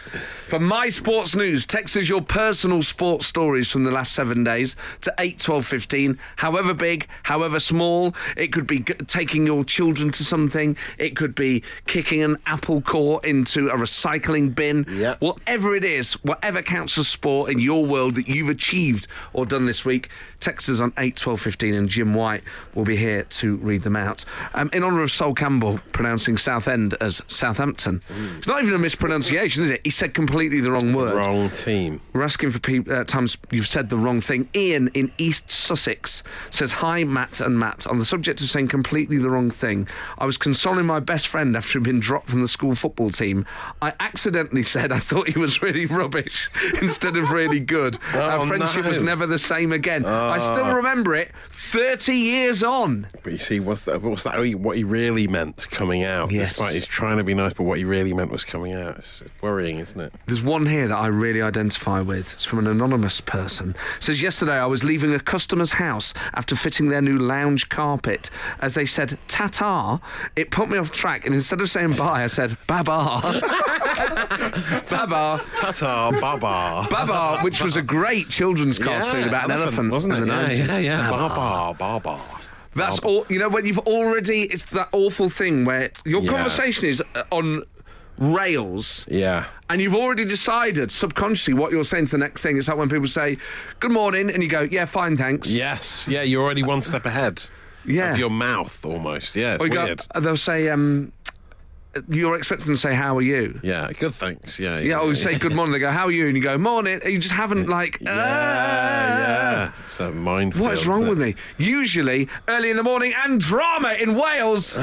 Speaker 1: For my sports news, text us your personal sports stories from the last seven days to 8, 12, 15. However big, however small, it could be g- taking your children to something, it could be kicking an apple core into a recycling bin.
Speaker 2: Yeah.
Speaker 1: Whatever it is, whatever counts as sport in your world that you've achieved or done this week, text us on 8, 12, 15 and Jim White will be here to read them out. Um, in honour of Sol Campbell pronouncing Southend as Southampton, it's not even a mispronunciation, is it? He said completely the wrong word.
Speaker 2: Wrong team.
Speaker 1: We're asking for peop uh, times you've said the wrong thing. Ian in East Sussex says, Hi, Matt and Matt. On the subject of saying completely the wrong thing, I was consoling my best friend after he'd been dropped from the school football team. I accidentally said I thought he was really rubbish instead of really good. Our friendship
Speaker 2: no.
Speaker 1: was never the same again. I still remember it 30 years on.
Speaker 2: But you see, was that, was that what he really meant coming out?
Speaker 1: Yes.
Speaker 2: Despite he's trying to be nice, but what he really meant was coming out. It's worrying, isn't it?
Speaker 1: There's one here that I really identify with. It's from an anonymous person. It says yesterday I was leaving a customer's house after fitting their new lounge carpet. As they said "tata," it put me off track, and instead of saying bye, I said "baba." baba.
Speaker 2: Ta-ta, baba.
Speaker 1: Baba, which was a great children's cartoon
Speaker 2: Yeah,
Speaker 1: about an elephant,
Speaker 2: wasn't
Speaker 1: in
Speaker 2: it?
Speaker 1: the
Speaker 2: Yeah,
Speaker 1: 90s.
Speaker 2: yeah, yeah. Baba, baba.
Speaker 1: That's all. You know, when you've already, it's that awful thing where your
Speaker 2: Yeah.
Speaker 1: conversation is uh, on rails.
Speaker 2: Yeah.
Speaker 1: and you've already decided subconsciously what you're saying to the next thing. It's like when people say, "Good morning," and you go, "Yeah, fine, thanks."
Speaker 2: Yes. Yeah, you're already one step ahead.
Speaker 1: Yeah.
Speaker 2: Of your mouth almost. Yeah, it's
Speaker 1: Or you go, uh,
Speaker 2: weird.
Speaker 1: they'll say, um, "You're expecting them to say how are you?"
Speaker 2: yeah, good thanks. Yeah.
Speaker 1: Yeah, or you say good morning. They go, "How are you?" and you go, "Morning." And you just haven't like.
Speaker 2: Yeah,
Speaker 1: "Ah."
Speaker 2: yeah. It's a minefield.
Speaker 1: What is wrong
Speaker 2: isn't
Speaker 1: with
Speaker 2: it?
Speaker 1: me? Usually early in the morning and drama in Wales.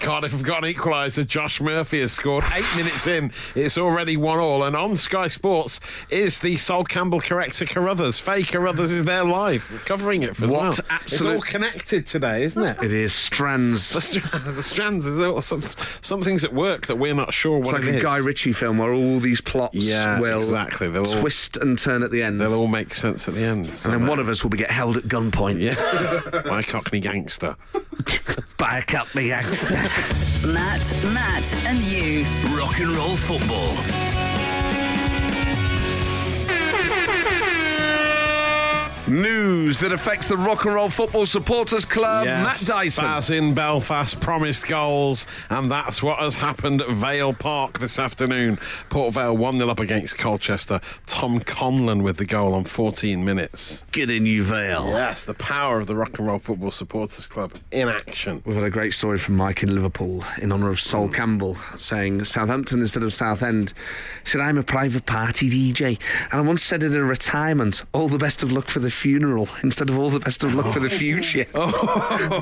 Speaker 2: Cardiff have got an equaliser. Josh Murphy has scored eight minutes in. It's already one all. And on Sky Sports is the Sol Campbell corrector Carruthers. Faye Carruthers is there live, covering it for
Speaker 1: What
Speaker 2: them. now.
Speaker 1: absolute-
Speaker 2: It's all connected today, isn't it?
Speaker 1: it is
Speaker 2: The,
Speaker 1: strands.
Speaker 2: str- the strands is all some something's at work that we're not sure
Speaker 1: It's
Speaker 2: what
Speaker 1: like
Speaker 2: it
Speaker 1: a
Speaker 2: is.
Speaker 1: Guy Ritchie film where all these plots
Speaker 2: Yeah,
Speaker 1: will
Speaker 2: exactly. They'll all-
Speaker 1: twist and turn at the end.
Speaker 2: They'll all make sense at the end.
Speaker 1: and then one of us will be get held at gunpoint.
Speaker 2: yeah, my Cockney gangster.
Speaker 1: Um, Back up the gangster.
Speaker 4: Matt, Matt, and you.
Speaker 3: Rock and roll football.
Speaker 1: News news that affects the Rock and Roll Football Supporters Club.
Speaker 2: Yes,
Speaker 1: Matt Dyson.
Speaker 2: Baz in Belfast promised goals, and that's what has happened at Vale Park this afternoon. Port Vale 1 0 up against Colchester. Tom Conlon with the goal on 14 minutes.
Speaker 1: Good in you, Vale.
Speaker 2: Yes, the power of the Rock and Roll Football Supporters Club in action.
Speaker 1: We've had a great story from Mike in Liverpool in honour of Sol Campbell saying Southampton instead of Southend. He said, I'm a private party DJ. And I once said at a retirement, all the best of luck for the funeral instead of all the best of luck for the future.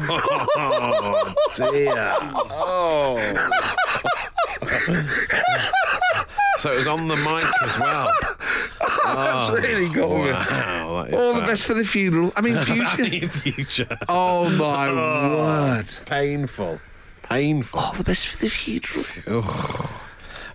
Speaker 2: Oh, dear. Oh. so it was on the mic as well. Oh,
Speaker 1: That's really got me.
Speaker 2: Wow, that is
Speaker 1: All the
Speaker 2: bad.
Speaker 1: best for the funeral. I mean, future.
Speaker 2: Happy future.
Speaker 1: oh, my word.
Speaker 2: Painful. Painful.
Speaker 1: All the best for the funeral.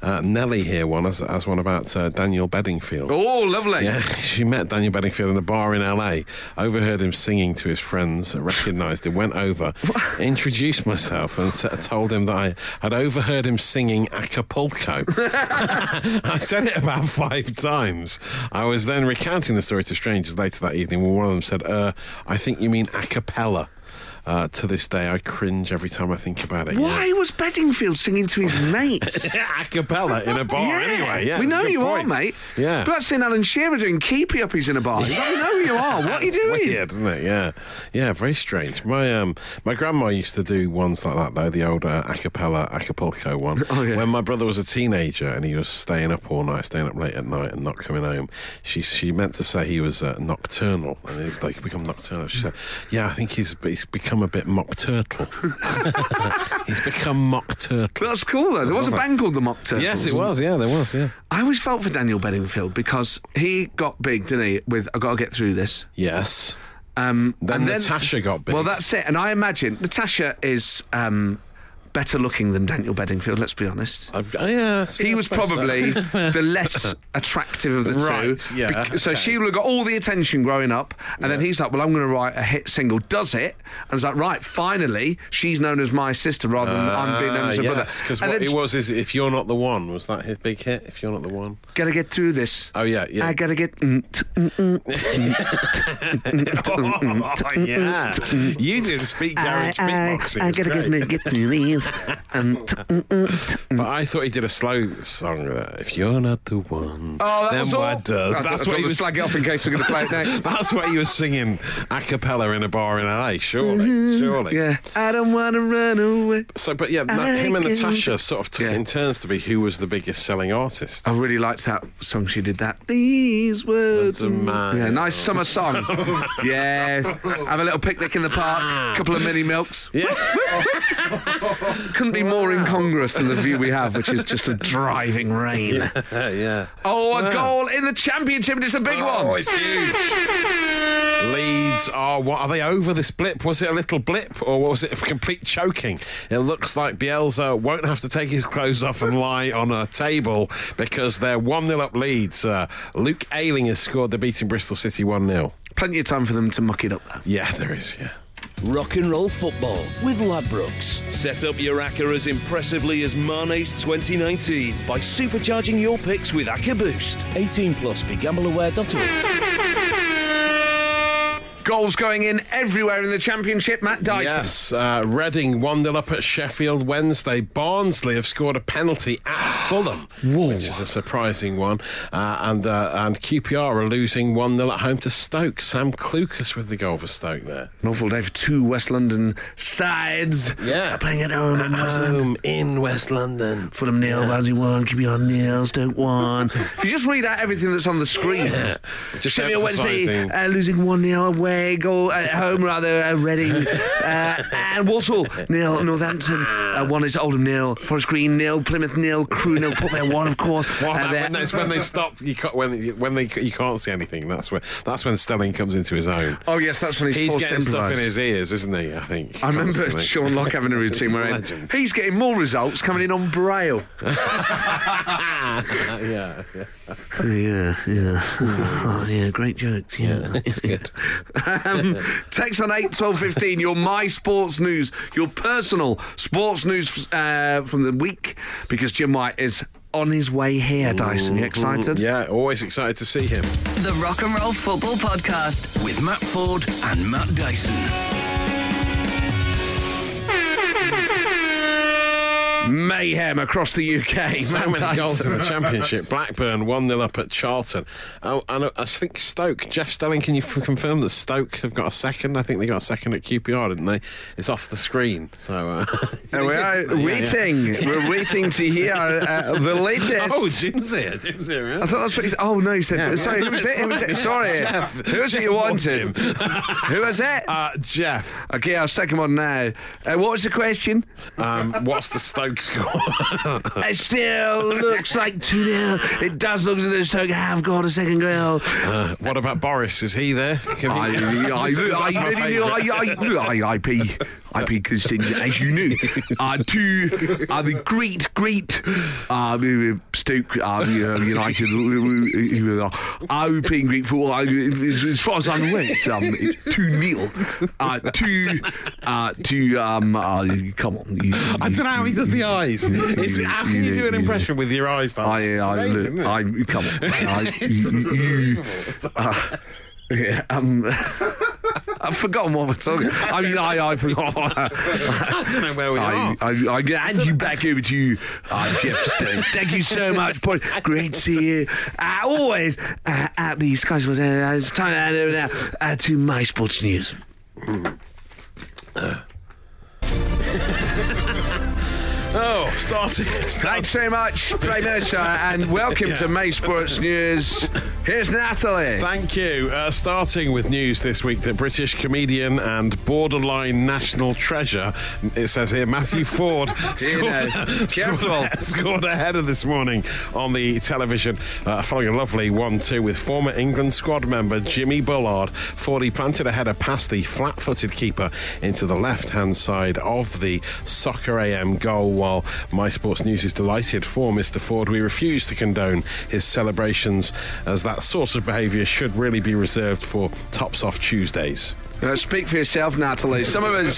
Speaker 2: Uh, Nelly here one has, has one about uh, Daniel Bedingfield.
Speaker 1: Oh, lovely.
Speaker 2: Yeah, she met Daniel Bedingfield in a bar in LA, overheard him singing to his friends, recognised him, went over, introduced myself, and sa- told him that I had overheard him singing Acapulco. I said it about five times. I was then recounting the story to strangers later that evening when one of them said, uh, I think you mean a cappella. Uh, to this day, I cringe every time I think about it. Yeah.
Speaker 1: Why was Bedingfield singing to his mates?
Speaker 2: a cappella in a bar anyway. Yeah,
Speaker 1: we
Speaker 2: it's a
Speaker 1: know
Speaker 2: good
Speaker 1: you
Speaker 2: point.
Speaker 1: are, mate.
Speaker 2: Yeah.
Speaker 1: But that's in Alan Shearer doing keepy uppies in a bar. We know you are. What are you
Speaker 2: It's
Speaker 1: doing?
Speaker 2: Weird, isn't it? Yeah, yeah, very strange. My um, my grandma used to do ones like that though, the old uh, acapella Acapulco one.
Speaker 1: Oh, yeah.
Speaker 2: When my brother was a teenager and he was staying up all night, staying up late at night and not coming home, she she meant to say he was uh, nocturnal, and it's like become nocturnal. She said, "Yeah, I think he's he's become a bit mock turtle. he's become mock turtle."
Speaker 1: That's cool, though. There was a band called the Mock Turtles.
Speaker 2: Yes, it was. Yeah, there was. Yeah.
Speaker 1: I always felt for Daniel Bedingfield because he got big, didn't he? With i got to get through this.
Speaker 2: Yes.
Speaker 1: Um,
Speaker 2: Then Natasha got big.
Speaker 1: Well, that's it. And I imagine Natasha is um, better looking than Daniel Bedingfield, let's be honest.
Speaker 2: Uh, yeah.
Speaker 1: He was probably the less attractive of the
Speaker 2: Right,
Speaker 1: two.
Speaker 2: yeah,
Speaker 1: So
Speaker 2: okay.
Speaker 1: she would have got all the attention growing up, and then he's like, "Well, I'm going to write a hit single." Does it? And it's like, "Right, finally, she's known as my sister rather than I'm being known as her brother."
Speaker 2: because
Speaker 1: And
Speaker 2: Ah, what
Speaker 1: then
Speaker 2: it was is if you're not the one was that his big hit. If you're not the one.
Speaker 1: gotta get through this.
Speaker 2: Oh yeah, yeah.
Speaker 1: I gotta get. Mm, t- mm, mm, t-
Speaker 2: oh, yeah. you didn't speak
Speaker 1: I,
Speaker 2: garage
Speaker 1: I,
Speaker 2: beatboxing.
Speaker 1: I
Speaker 2: it's
Speaker 1: gotta
Speaker 2: great.
Speaker 1: get, get through these. Um, t- mm, mm, t-
Speaker 2: But I thought he did a slow song. with that. If you're not the one,
Speaker 1: Oh, that
Speaker 2: then
Speaker 1: was all.
Speaker 2: what does?
Speaker 1: I
Speaker 2: That's
Speaker 1: thought
Speaker 2: what he
Speaker 1: I'd
Speaker 2: was.
Speaker 1: slag it off in case we're going to play it next.
Speaker 2: That's what he was singing a cappella in a bar in LA. Surely, surely.
Speaker 1: Mm-hmm. yeah. I don't want to run away.
Speaker 2: So, but yeah,
Speaker 1: I
Speaker 2: that, him and
Speaker 1: can-
Speaker 2: Natasha sort of took
Speaker 1: Yeah. Oh.
Speaker 2: it in turns to be who was the biggest selling artist.
Speaker 1: I really liked that song she did. That these words
Speaker 2: Words are mine.
Speaker 1: Yeah, nice summer song. yeah, have a little picnic in the park, couple of mini milks.
Speaker 2: Ah. Yeah.
Speaker 1: Couldn't be more incongruous than the view we have, which is just a driving rain.
Speaker 2: yeah.
Speaker 1: Oh, a goal in the championship! and It's a big one.
Speaker 2: Oh, it's huge. Leeds are what are they over this blip? Was it a little blip or was it a complete choking? It looks like Bielsa won't have to take his clothes off and lie on a table because they're 1 0 up Leeds. Uh, Luke Ayling has scored the beating Bristol City 1 0.
Speaker 1: Plenty of time for them to muck it up. Though.
Speaker 2: Yeah, there is, yeah.
Speaker 3: Rock and roll football with Ladbrokes. Set up your ACCA as impressively as Marnay's 2019 by supercharging your picks with ACCA Boost. 18 plus begambleaware.org.
Speaker 1: Goals going in everywhere in the championship. Matt Dyson.
Speaker 2: Yes, uh, Reading 1 0 up at Sheffield Wednesday. Barnsley have scored a penalty at Fulham, which is a surprising one. Uh, and uh, and QPR are losing 1 0 at home to Stoke. Sam Clucas with the goal for Stoke there.
Speaker 1: An awful day for two West London sides.
Speaker 2: Yeah.
Speaker 1: playing at home in West London.
Speaker 2: in West London.
Speaker 1: Fulham nil, Barnsley one, keep your nails, don't one. if you just read out everything that's on the screen.
Speaker 2: Just
Speaker 1: Sheffield Wednesday
Speaker 2: emphasising.
Speaker 1: uh, losing 1 0 away, goal at home rather, uh, Reading uh, and Walsall nil, Northampton uh, 1 is Oldham nil, Forest Green nil, Plymouth nil, Crew nil, Portman 1, of course.
Speaker 2: Well,
Speaker 1: and
Speaker 2: that-
Speaker 1: they're-
Speaker 2: when, that's when they stop. You can't, when when they you can't see anything. That's when that's when Stelling comes into his own.
Speaker 1: oh, yes, that's when he's,
Speaker 2: He's
Speaker 1: forced to
Speaker 2: getting stuff in
Speaker 1: improvise.
Speaker 2: his ears, isn't he? I think.
Speaker 1: I remember
Speaker 2: constantly.
Speaker 1: Sean Locke having a routine where he-
Speaker 2: Legend.
Speaker 1: he's getting more results coming in on Braille.
Speaker 2: yeah, yeah.
Speaker 1: Yeah, yeah. Oh, yeah, great joke. Yeah,
Speaker 2: that's good.
Speaker 1: Um, text on eight twelve fifteen. Your my sports news, your personal sports news uh, from the week, because Jim White is on his way here. Dyson, you excited?
Speaker 2: Mm-hmm. Yeah, always excited to see him.
Speaker 4: The Rock and Roll Football Podcast.
Speaker 3: With Matt Ford and Matt Dyson.
Speaker 1: Mayhem across the UK.
Speaker 2: So
Speaker 1: Man,
Speaker 2: many
Speaker 1: Dyson.
Speaker 2: goals in the championship. Blackburn 1 0 up at Charlton. Oh, and I think Stoke, Jeff Stelling, can you f- confirm that Stoke have got a second? I think they got a second at QPR, didn't they? It's off the screen. So uh,
Speaker 1: There we are waiting. We're waiting to hear uh, the latest.
Speaker 2: Oh, Jim's here. Jim's here.
Speaker 1: I
Speaker 2: Yeah.
Speaker 1: thought that's what he said. Oh no, he said. sorry, who was it? Who was it? Sorry, who was it you wanted? who was it?
Speaker 2: Uh, Jeff,
Speaker 1: okay, I'll stick him on now. Uh, what was the question?
Speaker 2: um, what's the Stoke score?
Speaker 1: It still looks like two 0 It does look as though Stoke have got a second goal.
Speaker 2: Uh, what about Boris? Is he there? Can he-
Speaker 1: I, I,
Speaker 2: That's my
Speaker 1: I,
Speaker 2: favourite.
Speaker 1: I, I, I, IP, IP Christian, as you knew, are two are the great, great uh, Stoke uh, United who are hoping Greek football. uh, As far as I'm aware, it's, um, it's two nil, uh, two, uh, two. Um, uh, come on, you,
Speaker 2: I don't know how he does the eyes. It's, how can you do an impression with your eyes? Though?
Speaker 1: I,
Speaker 2: It's
Speaker 1: I,
Speaker 2: amazing,
Speaker 1: look,
Speaker 2: isn't it?
Speaker 1: I, come on. I, you, you- you- uh, yeah, um, I've forgotten what we're talking. I mean, I, I forgot. I
Speaker 2: I don't know where we
Speaker 1: I,
Speaker 2: are.
Speaker 1: I, I hand you back over to you, uh, Jeff Stone. Thank you so much, Paul. Great to see you. Uh, always uh, at the Skies was. Uh, it's time to hand over now uh, to my sports news.
Speaker 2: Oh, starting.
Speaker 1: Thanks so much, Prime Minister, and welcome to my sports news. Here's Natalie.
Speaker 2: Thank you. Uh, starting with news this week that British comedian and borderline national treasure, it says here, Matthew Ford scored,
Speaker 1: know, careful.
Speaker 2: scored, scored a header this morning on the television uh, following a lovely 1 2 with former England squad member Jimmy Bullard. Ford, he planted a header past the flat footed keeper into the left hand side of the Soccer AM goal. While My Sports News is delighted for Mr. Ford, we refuse to condone his celebrations as that sort of behaviour should really be reserved for Tops Off Tuesdays.
Speaker 1: Uh, speak for yourself, Natalie. Some of us,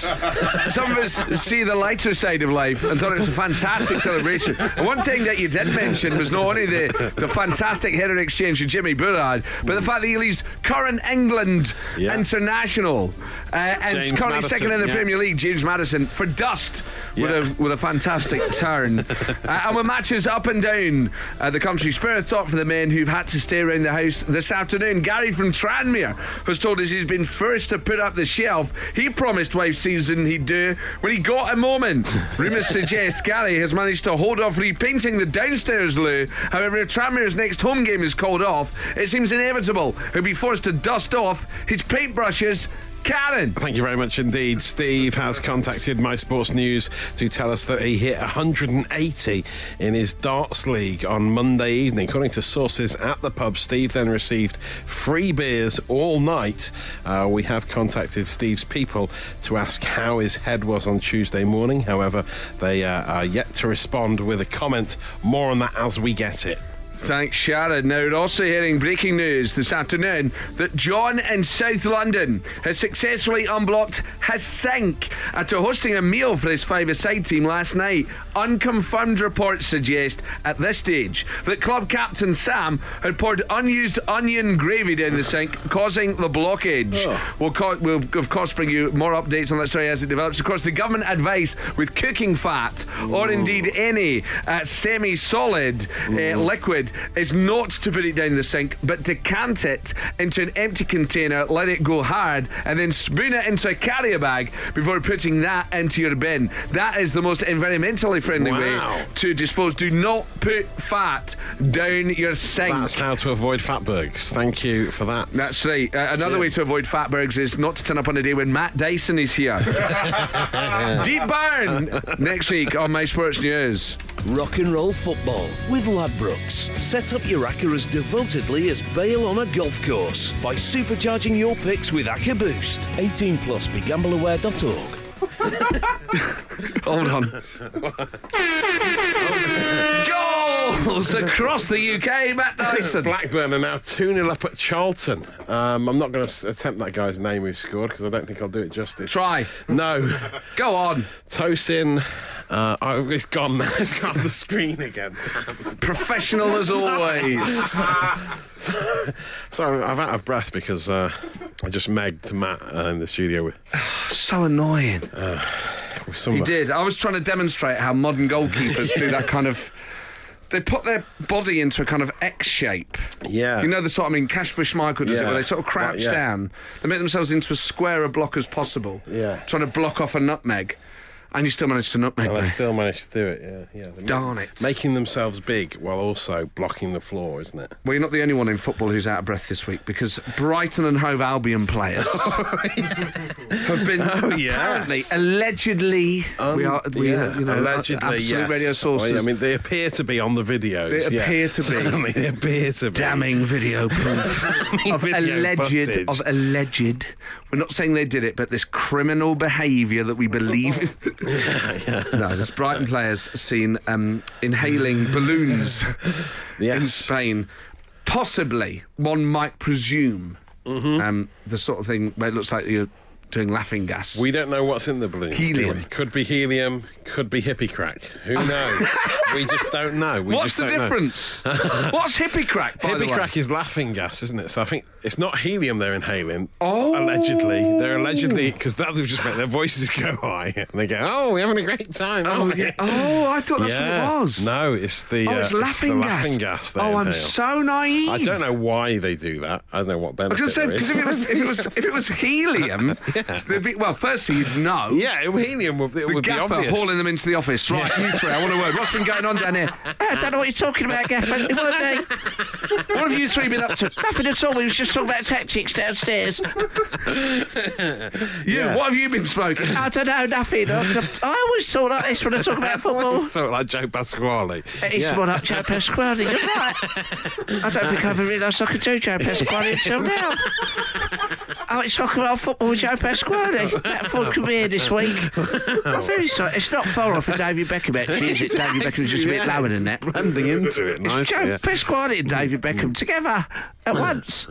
Speaker 1: some of us see the lighter side of life and thought it was a fantastic celebration. And one thing that you did mention was not only the, the fantastic header exchange with Jimmy Bullard, but the fact that he leaves current England
Speaker 2: Yeah.
Speaker 1: international uh, and is
Speaker 2: James
Speaker 1: currently second in the
Speaker 2: Maddison, yeah.
Speaker 1: Premier League, James Madison, for dust with
Speaker 2: Yeah.
Speaker 1: a with a fantastic turn. uh, and with matches up and down uh, the country, spare a thought for the men who've had to stay around the house this afternoon. Gary from Tranmere has told us he's been first to put up the shelf he promised wife Susan he'd do when he got a moment. Rumours suggest Gary has managed to hold off repainting the downstairs loo. However, if Tranmere's next home game is called off, it seems inevitable he'll be forced to dust off his paintbrushes. Karen!
Speaker 2: Thank you very much indeed. Steve has contacted My Sports News to tell us that he hit 180 in his darts league on Monday evening. According to sources at the pub, Steve then received free beers all night. Uh, we have contacted Steve's people to ask how his head was on Tuesday morning. However, they uh, are yet to respond with a comment. More on that as we get it.
Speaker 1: Thanks, Sharon. Now, we're also hearing breaking news this afternoon that John in South London has successfully unblocked his sink after hosting a meal for his five-a-side team last night. Unconfirmed reports suggest at this stage that club captain Sam had poured unused onion gravy down the sink, causing the blockage. We'll, co- we'll, of course, bring you more updates on that story as it develops. Of course, the government advice with cooking fat or indeed any uh, semi solid uh,
Speaker 2: Mm.
Speaker 1: liquid is not to put it down the sink, but decant it into an empty container, let it go hard, and then spoon it into a carrier bag before putting that into your bin. That is the most environmentally friendly
Speaker 2: Wow.
Speaker 1: way to dispose. Do not put fat down your sink.
Speaker 2: That's how to avoid fatbergs. Thank you for that.
Speaker 1: That's right. Uh, another way to avoid fatbergs is not to turn up on a day when Matt Dyson is here. Deep burn next week on My Sports News.
Speaker 3: Rock and roll football with Ladbrokes. Set up your Acker as devotedly as Bale on a golf course by supercharging your picks with Acker Boost. 18 plus begambleaware.org.
Speaker 1: Hold on. Goal! Goals across the UK, Matt Dyson.
Speaker 2: Blackburn are now 2 0 up at Charlton. Um, I'm not going to attempt that guy's name who scored because I don't think I'll do it justice.
Speaker 1: Try.
Speaker 2: No.
Speaker 1: Go on.
Speaker 2: Tosin. Uh, oh, it's gone now. It's gone off the screen again.
Speaker 1: Professional as always.
Speaker 2: so I'm, I'm out of breath because uh, I just megged Matt uh, in the studio with,
Speaker 1: so annoying.
Speaker 2: with some
Speaker 1: He
Speaker 2: of the-
Speaker 1: did. I was trying to demonstrate how modern goalkeepers do that kind of. They put their body into a kind of X shape.
Speaker 2: Yeah.
Speaker 1: You know the sort I mean, Kasper Schmeichel does it,
Speaker 2: Yeah.
Speaker 1: where they sort of crouch
Speaker 2: Like, yeah.
Speaker 1: down. They make themselves into as square a block as possible.
Speaker 2: Yeah.
Speaker 1: Trying to block off a nutmeg. And you still manage to nutmeg
Speaker 2: Well, they
Speaker 1: me.
Speaker 2: still managed to do it, yeah. yeah. They're
Speaker 1: Darn
Speaker 2: ma-
Speaker 1: it.
Speaker 2: Making themselves big while also blocking the floor, isn't it?
Speaker 1: Well, you're not the only one in football who's out of breath this week because Brighton and Hove Albion players have been apparently,
Speaker 2: Oh, yes. Um,
Speaker 1: allegedly, we are, we, uh,
Speaker 2: yeah,
Speaker 1: you know,
Speaker 2: allegedly,
Speaker 1: absolute
Speaker 2: yes.
Speaker 1: radio sources.
Speaker 2: Oh, yeah, I mean, they appear to be on the videos.
Speaker 1: They
Speaker 2: yeah.
Speaker 1: appear to be.
Speaker 2: Certainly, they appear to be.
Speaker 1: damning video proof of
Speaker 2: Video
Speaker 1: alleged
Speaker 2: footage.
Speaker 1: of alleged we're not saying they did it but this criminal behaviour that we believe in no this brighton players seen um, inhaling balloons in
Speaker 2: Yes.
Speaker 1: spain possibly one might presume
Speaker 2: Mm-hmm.
Speaker 1: um, the sort of thing where it looks like you're doing laughing gas
Speaker 2: We don't know what's in the balloon.
Speaker 1: Helium.
Speaker 2: Could be helium, could be hippie crack. Who knows? we just don't know. We
Speaker 1: what's
Speaker 2: just
Speaker 1: the
Speaker 2: don't know.
Speaker 1: difference what's hippie crack by the
Speaker 2: Hippie
Speaker 1: way?
Speaker 2: crack is laughing gas, isn't it? So I think it's not helium they're inhaling. Oh, allegedly they're allegedly because that would just make their voices go high and they go, "Oh, we're having a great time."
Speaker 1: Oh,
Speaker 2: aren't we?"
Speaker 1: yeah. oh, I thought that's
Speaker 2: yeah.
Speaker 1: what it was.
Speaker 2: No, it's the
Speaker 1: Oh,
Speaker 2: uh,
Speaker 1: it's
Speaker 2: the
Speaker 1: laughing gas.
Speaker 2: laughing gas they
Speaker 1: oh, I'm
Speaker 2: inhale.
Speaker 1: so naive.
Speaker 2: I don't know why they do that. I don't know what
Speaker 1: I was
Speaker 2: benefit.
Speaker 1: going to say
Speaker 2: there
Speaker 1: because
Speaker 2: is.
Speaker 1: if it was if it was if it was helium, there'd be, well, firstly you'd know.
Speaker 2: yeah, helium would,
Speaker 1: The
Speaker 2: it would be
Speaker 1: gaffer
Speaker 2: obvious.
Speaker 1: hauling them into the office. Right, you three, I want a word. What's been going on down here? I don't know what you're talking about, gaffer. It won't be. What have you three been up to? Nothing at all. We was just talking about tactics downstairs. you, what have you been smoking? I don't know, nothing. I I always talk like this when I talk about football.
Speaker 2: Sort of like Joe Pasquale.
Speaker 9: It's one up Joe Pasquale. You're right. I don't think I ever realised I could do Joe Pasquale until now. Oh, it's rock and roll football with Joe Pasquale. That Ford could be here this week. I'm very sorry. It's not far off of David Beckham, actually, is it? David Beckham's just a bit lower than that.
Speaker 2: Blending into it nicely.
Speaker 9: Joe
Speaker 2: yeah. Mm,
Speaker 9: Pasquale and David Beckham together at once.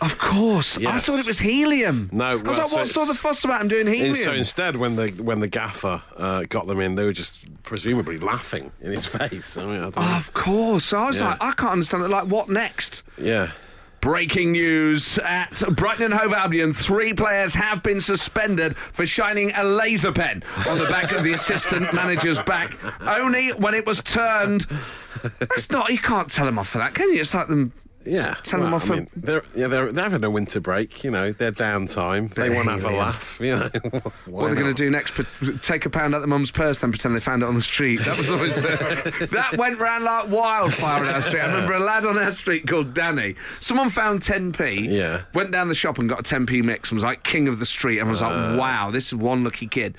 Speaker 1: Of course. I
Speaker 2: Yes.
Speaker 1: thought it was helium.
Speaker 2: No,
Speaker 1: I was
Speaker 2: well,
Speaker 1: like,
Speaker 2: so
Speaker 1: what's all
Speaker 2: it's-
Speaker 1: the fuss about him doing helium?
Speaker 2: And so instead, when the when the gaffer uh, got them in, they were just presumably laughing in his face. I mean, I don't know.
Speaker 1: Of course. So I was
Speaker 2: Yeah.
Speaker 1: like, I can't understand that. Like, what next?
Speaker 2: Yeah.
Speaker 1: Breaking news at Brighton and Hove Albion. Three players have been suspended for shining a laser pen on the back of the assistant manager's back, only when it was turned. That's not, you can't tell them off for that, can you? It's like them.
Speaker 2: Yeah,
Speaker 1: Tell them
Speaker 2: well,
Speaker 1: off
Speaker 2: I
Speaker 1: a-
Speaker 2: mean, they're, yeah, they're, they're having a winter break. You know, they're downtime. They want to have a laugh. You know,
Speaker 1: What are they going to do next? Put- Take a pound out the mum's purse, then pretend they found it on the street. That was always the, that went round like wildfire on our street. I remember a lad on our street called Danny. Someone found 10p.
Speaker 2: Yeah.
Speaker 1: Went down the shop and got a 10p mix and was like king of the street. And was
Speaker 2: Uh.
Speaker 1: like, wow, this is one lucky kid.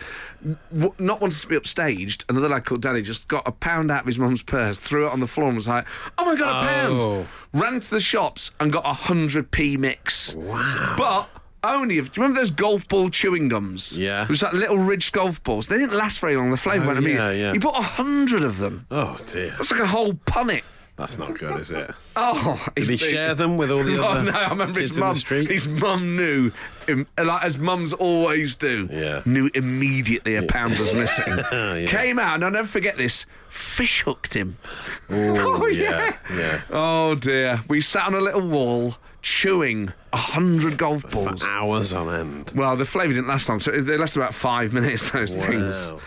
Speaker 1: W- not wanting to be upstaged, another lad called Danny just got a pound out of his mum's purse, threw it on the floor, and was like, oh my god, a
Speaker 2: Oh.
Speaker 1: pound. Ran to the shops and got a hundred p mix. Wow. But. Only if do you remember those golf ball chewing gums?
Speaker 2: Yeah.
Speaker 1: It was like little ridged golf balls. They didn't last very long. The flavour
Speaker 2: Oh,
Speaker 1: went immediately.
Speaker 2: yeah, yeah.
Speaker 1: He bought a hundred of them.
Speaker 2: Oh dear,
Speaker 1: That's like a whole punnet.
Speaker 2: that's not good, is it?
Speaker 1: Oh,
Speaker 2: Did he
Speaker 1: big.
Speaker 2: share them with all the
Speaker 1: Oh
Speaker 2: other
Speaker 1: no! I remember
Speaker 2: kids
Speaker 1: his
Speaker 2: in
Speaker 1: mum.
Speaker 2: the street?
Speaker 1: His mum knew, im- like as mums always do.
Speaker 2: Yeah.
Speaker 1: Knew immediately a pound was missing.
Speaker 2: Yeah.
Speaker 1: Came out, and I'll never forget this. Fish hooked him. oh
Speaker 2: yeah, yeah.
Speaker 1: Oh dear. We sat on a little wall chewing a hundred golf
Speaker 2: for
Speaker 1: balls.
Speaker 2: hours on end.
Speaker 1: Well, the flavour didn't last long, so they lasted about five minutes, those things.
Speaker 2: Wow.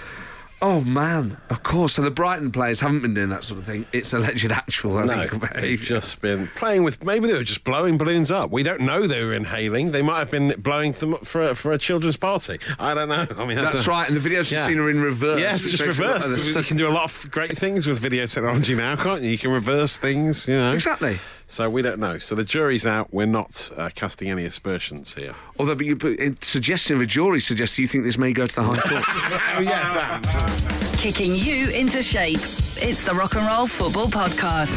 Speaker 1: Oh, man, of course. So the Brighton players haven't been doing that sort of thing. It's alleged actual
Speaker 2: No,
Speaker 1: illegal
Speaker 2: they've
Speaker 1: behaviour.
Speaker 2: just been playing with. Maybe they were just blowing balloons up. We don't know they were inhaling. They might have been blowing them up for a, for a children's party. I don't know. I mean, I
Speaker 1: That's
Speaker 2: don't-
Speaker 1: right, and the videos you've
Speaker 2: uh, Yeah.
Speaker 1: seen are in reverse.
Speaker 2: Yes,
Speaker 1: which
Speaker 2: just
Speaker 1: makes it look like they're
Speaker 2: reverse. You
Speaker 1: such-
Speaker 2: can do a lot of great things with video technology now, can't you? You can reverse things, you know.
Speaker 1: Exactly.
Speaker 2: So we don't know. So the jury's out. We're not uh, casting any aspersions here.
Speaker 1: Although, but you, but it- suggestion of a jury suggests you think this may go to the High Court.
Speaker 2: Oh yeah, that.
Speaker 4: Kicking you into shape. It's the Rock and Roll Football Podcast.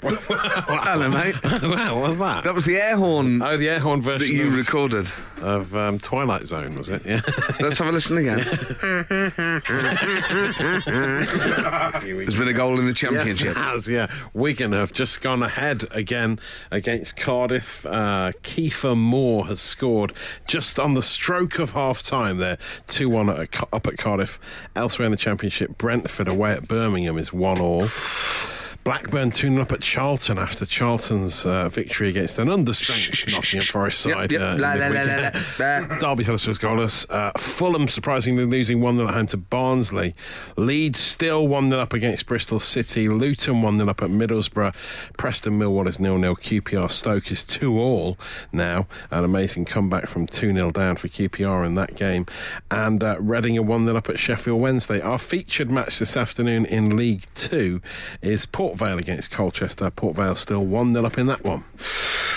Speaker 1: Hello, mate.
Speaker 2: wow, what was that?
Speaker 1: That was the air horn
Speaker 2: Oh, the air horn version
Speaker 1: that you
Speaker 2: of,
Speaker 1: recorded.
Speaker 2: of um, Twilight Zone, was it? Yeah.
Speaker 1: Let's have a listen again. There's been a goal in the
Speaker 2: Yes, it
Speaker 1: championship.
Speaker 2: has, yeah. Wigan have just gone ahead again against Cardiff. Uh, Kiefer Moore has scored just on the stroke of half time there, 2 1 up at Cardiff. Elsewhere in the Championship, Brentford away at Birmingham is 1 all. Blackburn 2 0 up at Charlton after Charlton's uh, victory against an understrength Nottingham Forest side.
Speaker 1: yep.
Speaker 2: uh, in
Speaker 1: La, la, la,
Speaker 2: midweek.
Speaker 1: la, la.
Speaker 2: Derby Huddersfield's goalless. Uh, Fulham surprisingly losing 1 0 at home to Barnsley. Leeds still 1 0 up against Bristol City. Luton 1 0 up at Middlesbrough. Preston Millwall is 0 0. QPR Stoke is 2 all now. An amazing comeback from 2 0 down for QPR in that game. And uh, Reading are 1 0 up at Sheffield Wednesday. Our featured match this afternoon in League Two is Port Vale against Colchester. Port Vale still 1 0 up in that one.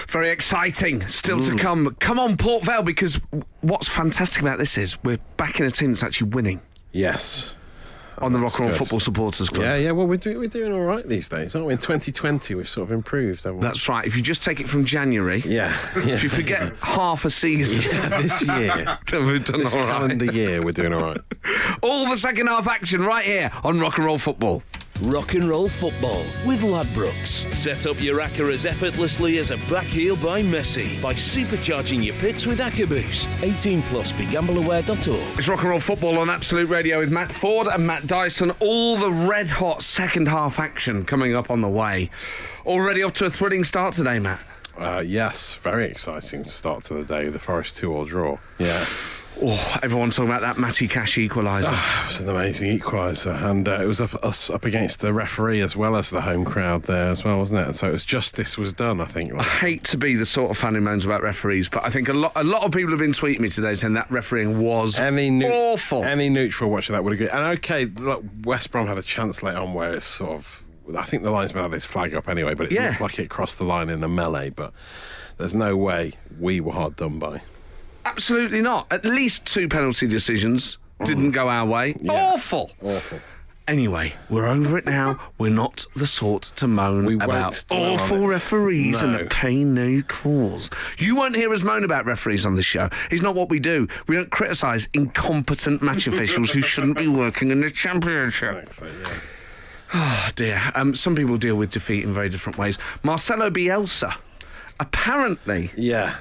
Speaker 1: Very exciting. Still to
Speaker 2: Mm.
Speaker 1: come. Come on, Port Vale, because w- what's fantastic about this is we're back in a team that's actually winning
Speaker 2: Yes.
Speaker 1: on the Rock
Speaker 2: Oh, that's
Speaker 1: and Roll
Speaker 2: good.
Speaker 1: Football Supporters Club.
Speaker 2: Yeah, yeah. Well, we're, do- we're doing all right these days, aren't we? In 2020, we've sort of improved, haven't we?
Speaker 1: That's right. If you just take it from January,
Speaker 2: yeah. yeah.
Speaker 1: if you forget half a season,
Speaker 2: this year,
Speaker 1: then we've done
Speaker 2: this
Speaker 1: all right.
Speaker 2: calendar year, we're doing all right.
Speaker 1: All the second half action right here on Rock and Roll Football.
Speaker 3: Rock and roll football with Ladbrokes. Set up your Acca as effortlessly as a back heel by Messi by supercharging your picks with Acca Boost. 18 plus begambleaware.org.
Speaker 1: It's Rock and Roll Football on Absolute Radio with Matt Ford and Matt Dyson. All the red hot second half action coming up on the way. Already off to a thrilling start today, Matt.
Speaker 2: Uh, yes, very exciting start to the day. The Forest two-all draw. Yeah,
Speaker 1: Oh, everyone's talking about that Matty Cash equaliser.
Speaker 2: it was an amazing equaliser, and uh, it was up, us up against the referee as well as the home crowd there as well, wasn't it? And so it was justice was done, I think.
Speaker 1: I
Speaker 2: Like,
Speaker 1: hate to be the sort of fan who moans about referees, but I think a lot a lot of people have been tweeting me today saying that refereeing was
Speaker 2: Any new,
Speaker 1: awful.
Speaker 2: Any neutral watching that would agree. And okay, look, West Brom had a chance late on where it's sort of. I think the linesman had his flag up anyway, but it
Speaker 1: Yeah.
Speaker 2: looked like it crossed the line in a melee. But there's no way we were hard done by.
Speaker 1: Absolutely not. At least two penalty decisions didn't go our way. Awful.
Speaker 2: Awful.
Speaker 1: Anyway, we're over it now. We're not the sort to moan
Speaker 2: We won't
Speaker 1: about
Speaker 2: dwell on
Speaker 1: awful
Speaker 2: it.
Speaker 1: referees and
Speaker 2: No.
Speaker 1: the pain they cause. You won't hear us moan about referees on this show. It's not what we do. We don't criticise incompetent match officials who shouldn't be working in the championship. Oh dear. Um, some people deal with defeat in very different ways. Marcelo Bielsa apparently
Speaker 2: Yeah,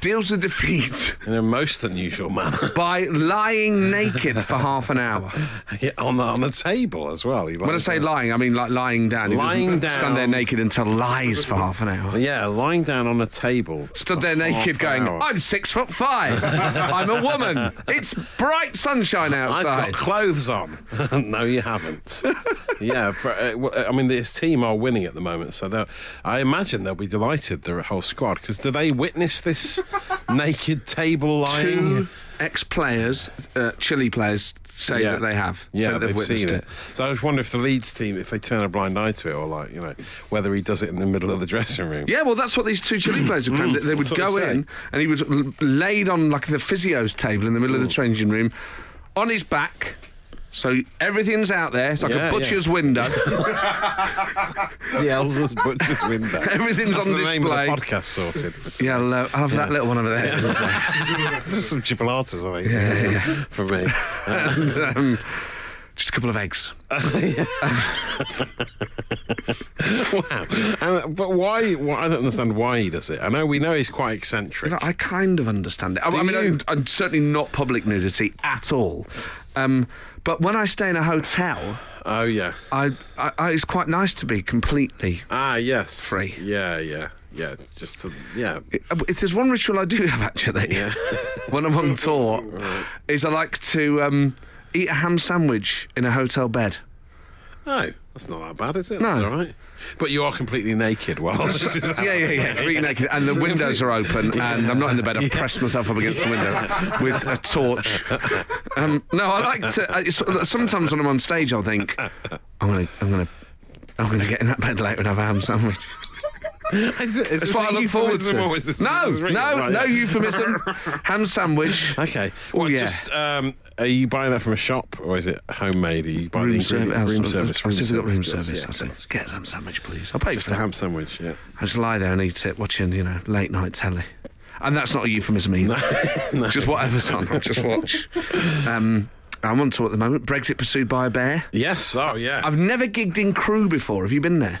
Speaker 1: deals with defeat
Speaker 2: in a most unusual manner.
Speaker 1: by lying naked for half an hour.
Speaker 2: yeah, on the on the table as well. He
Speaker 1: When I
Speaker 2: lies
Speaker 1: say
Speaker 2: down.
Speaker 1: lying, I mean like lying down. He
Speaker 2: Lying
Speaker 1: doesn't
Speaker 2: down.
Speaker 1: Stand there naked and tell lies for half an hour.
Speaker 2: yeah, lying down on a table.
Speaker 1: Stood there
Speaker 2: for
Speaker 1: naked
Speaker 2: half
Speaker 1: going,
Speaker 2: an hour.
Speaker 1: I'm six foot five. I'm a woman. It's bright sunshine
Speaker 2: I've
Speaker 1: outside.
Speaker 2: got clothes on. no, you haven't. yeah, for, uh, w- uh, I mean, this team are winning at the moment, so they'll- I imagine they'll be delighted, the whole squad, because do they witness this naked table lying?
Speaker 1: Two ex players, uh, Chile players, say that they have.
Speaker 2: Yeah,
Speaker 1: so they've, witnessed
Speaker 2: seen
Speaker 1: it.
Speaker 2: it. So I just wonder if the Leeds team, if they turn a blind eye to it, or like you know, whether he does it in the middle of the dressing room.
Speaker 1: Yeah, well, that's what these two Chile players have claimed. that they would
Speaker 2: that's what
Speaker 1: go
Speaker 2: they say.
Speaker 1: in and he was l- laid on like the physio's table in the
Speaker 2: Oh.
Speaker 1: middle of the changing room on his back. So everything's out there. It's like
Speaker 2: Yeah, yeah.
Speaker 1: a butcher's window.
Speaker 2: the Elsa's butcher's window.
Speaker 1: Everything's
Speaker 2: That's
Speaker 1: on
Speaker 2: the Name
Speaker 1: display.
Speaker 2: of the podcast sorted.
Speaker 1: Yeah, I'll, uh, I'll have that little one over there.
Speaker 2: Just some chipolatas, I think. For me.
Speaker 1: and um, just a couple of eggs.
Speaker 2: wow. And, but why, why? I don't understand why he does it. I know we know he's quite eccentric.
Speaker 1: I kind of understand it. I, I
Speaker 2: Do
Speaker 1: mean,
Speaker 2: you?
Speaker 1: I'm, I'm certainly not public nudity at all. Um, but when I stay in a hotel,
Speaker 2: Oh yeah.
Speaker 1: I, I, I it's quite nice to be completely.
Speaker 2: Ah yes.
Speaker 1: Free.
Speaker 2: Yeah, yeah, yeah. Just to, yeah.
Speaker 1: If there's one ritual I do have actually,
Speaker 2: Yeah.
Speaker 1: when I'm on tour, is I like to um, eat a ham sandwich in a hotel bed.
Speaker 2: Oh, that's not that bad, is it?
Speaker 1: No.
Speaker 2: That's all right. But you are completely naked while this is
Speaker 1: Yeah, yeah, yeah. Completely naked, and the windows are open, and I'm not in the bed. I press myself up against the window with a torch. Um, no, I like to. I, it's- sometimes when I'm on stage, I'll think, I'm gonna, I'm gonna, I'm gonna get in that bed later and have a ham sandwich.
Speaker 2: Is it- is
Speaker 1: That's
Speaker 2: this
Speaker 1: what I
Speaker 2: a
Speaker 1: look forward
Speaker 2: euphemism or is this-
Speaker 1: to. No,
Speaker 2: this is really-
Speaker 1: no,
Speaker 2: right,
Speaker 1: no
Speaker 2: yeah.
Speaker 1: euphemism. Ham sandwich.
Speaker 2: Okay.
Speaker 1: Oh,
Speaker 2: Well,
Speaker 1: yeah.
Speaker 2: just um, are you buying that from a shop or is it homemade? Are you buying
Speaker 1: Room
Speaker 2: the ingredient-
Speaker 1: service.
Speaker 2: Room service.
Speaker 1: I think I've got room
Speaker 2: skills,
Speaker 1: service.
Speaker 2: yeah.
Speaker 1: I said, get a ham sandwich, please. I'll pay
Speaker 2: Just
Speaker 1: for
Speaker 2: a
Speaker 1: that.
Speaker 2: ham sandwich. Yeah.
Speaker 1: I just lie there and eat it, watching, you know, late night telly. And that's not a euphemism either. Just whatever's on, I'll just watch. Um, I'm on tour at the moment. Brexit pursued by a bear.
Speaker 2: Yes. Oh, yeah. I've,
Speaker 1: I've never gigged in crew before. Have you been there?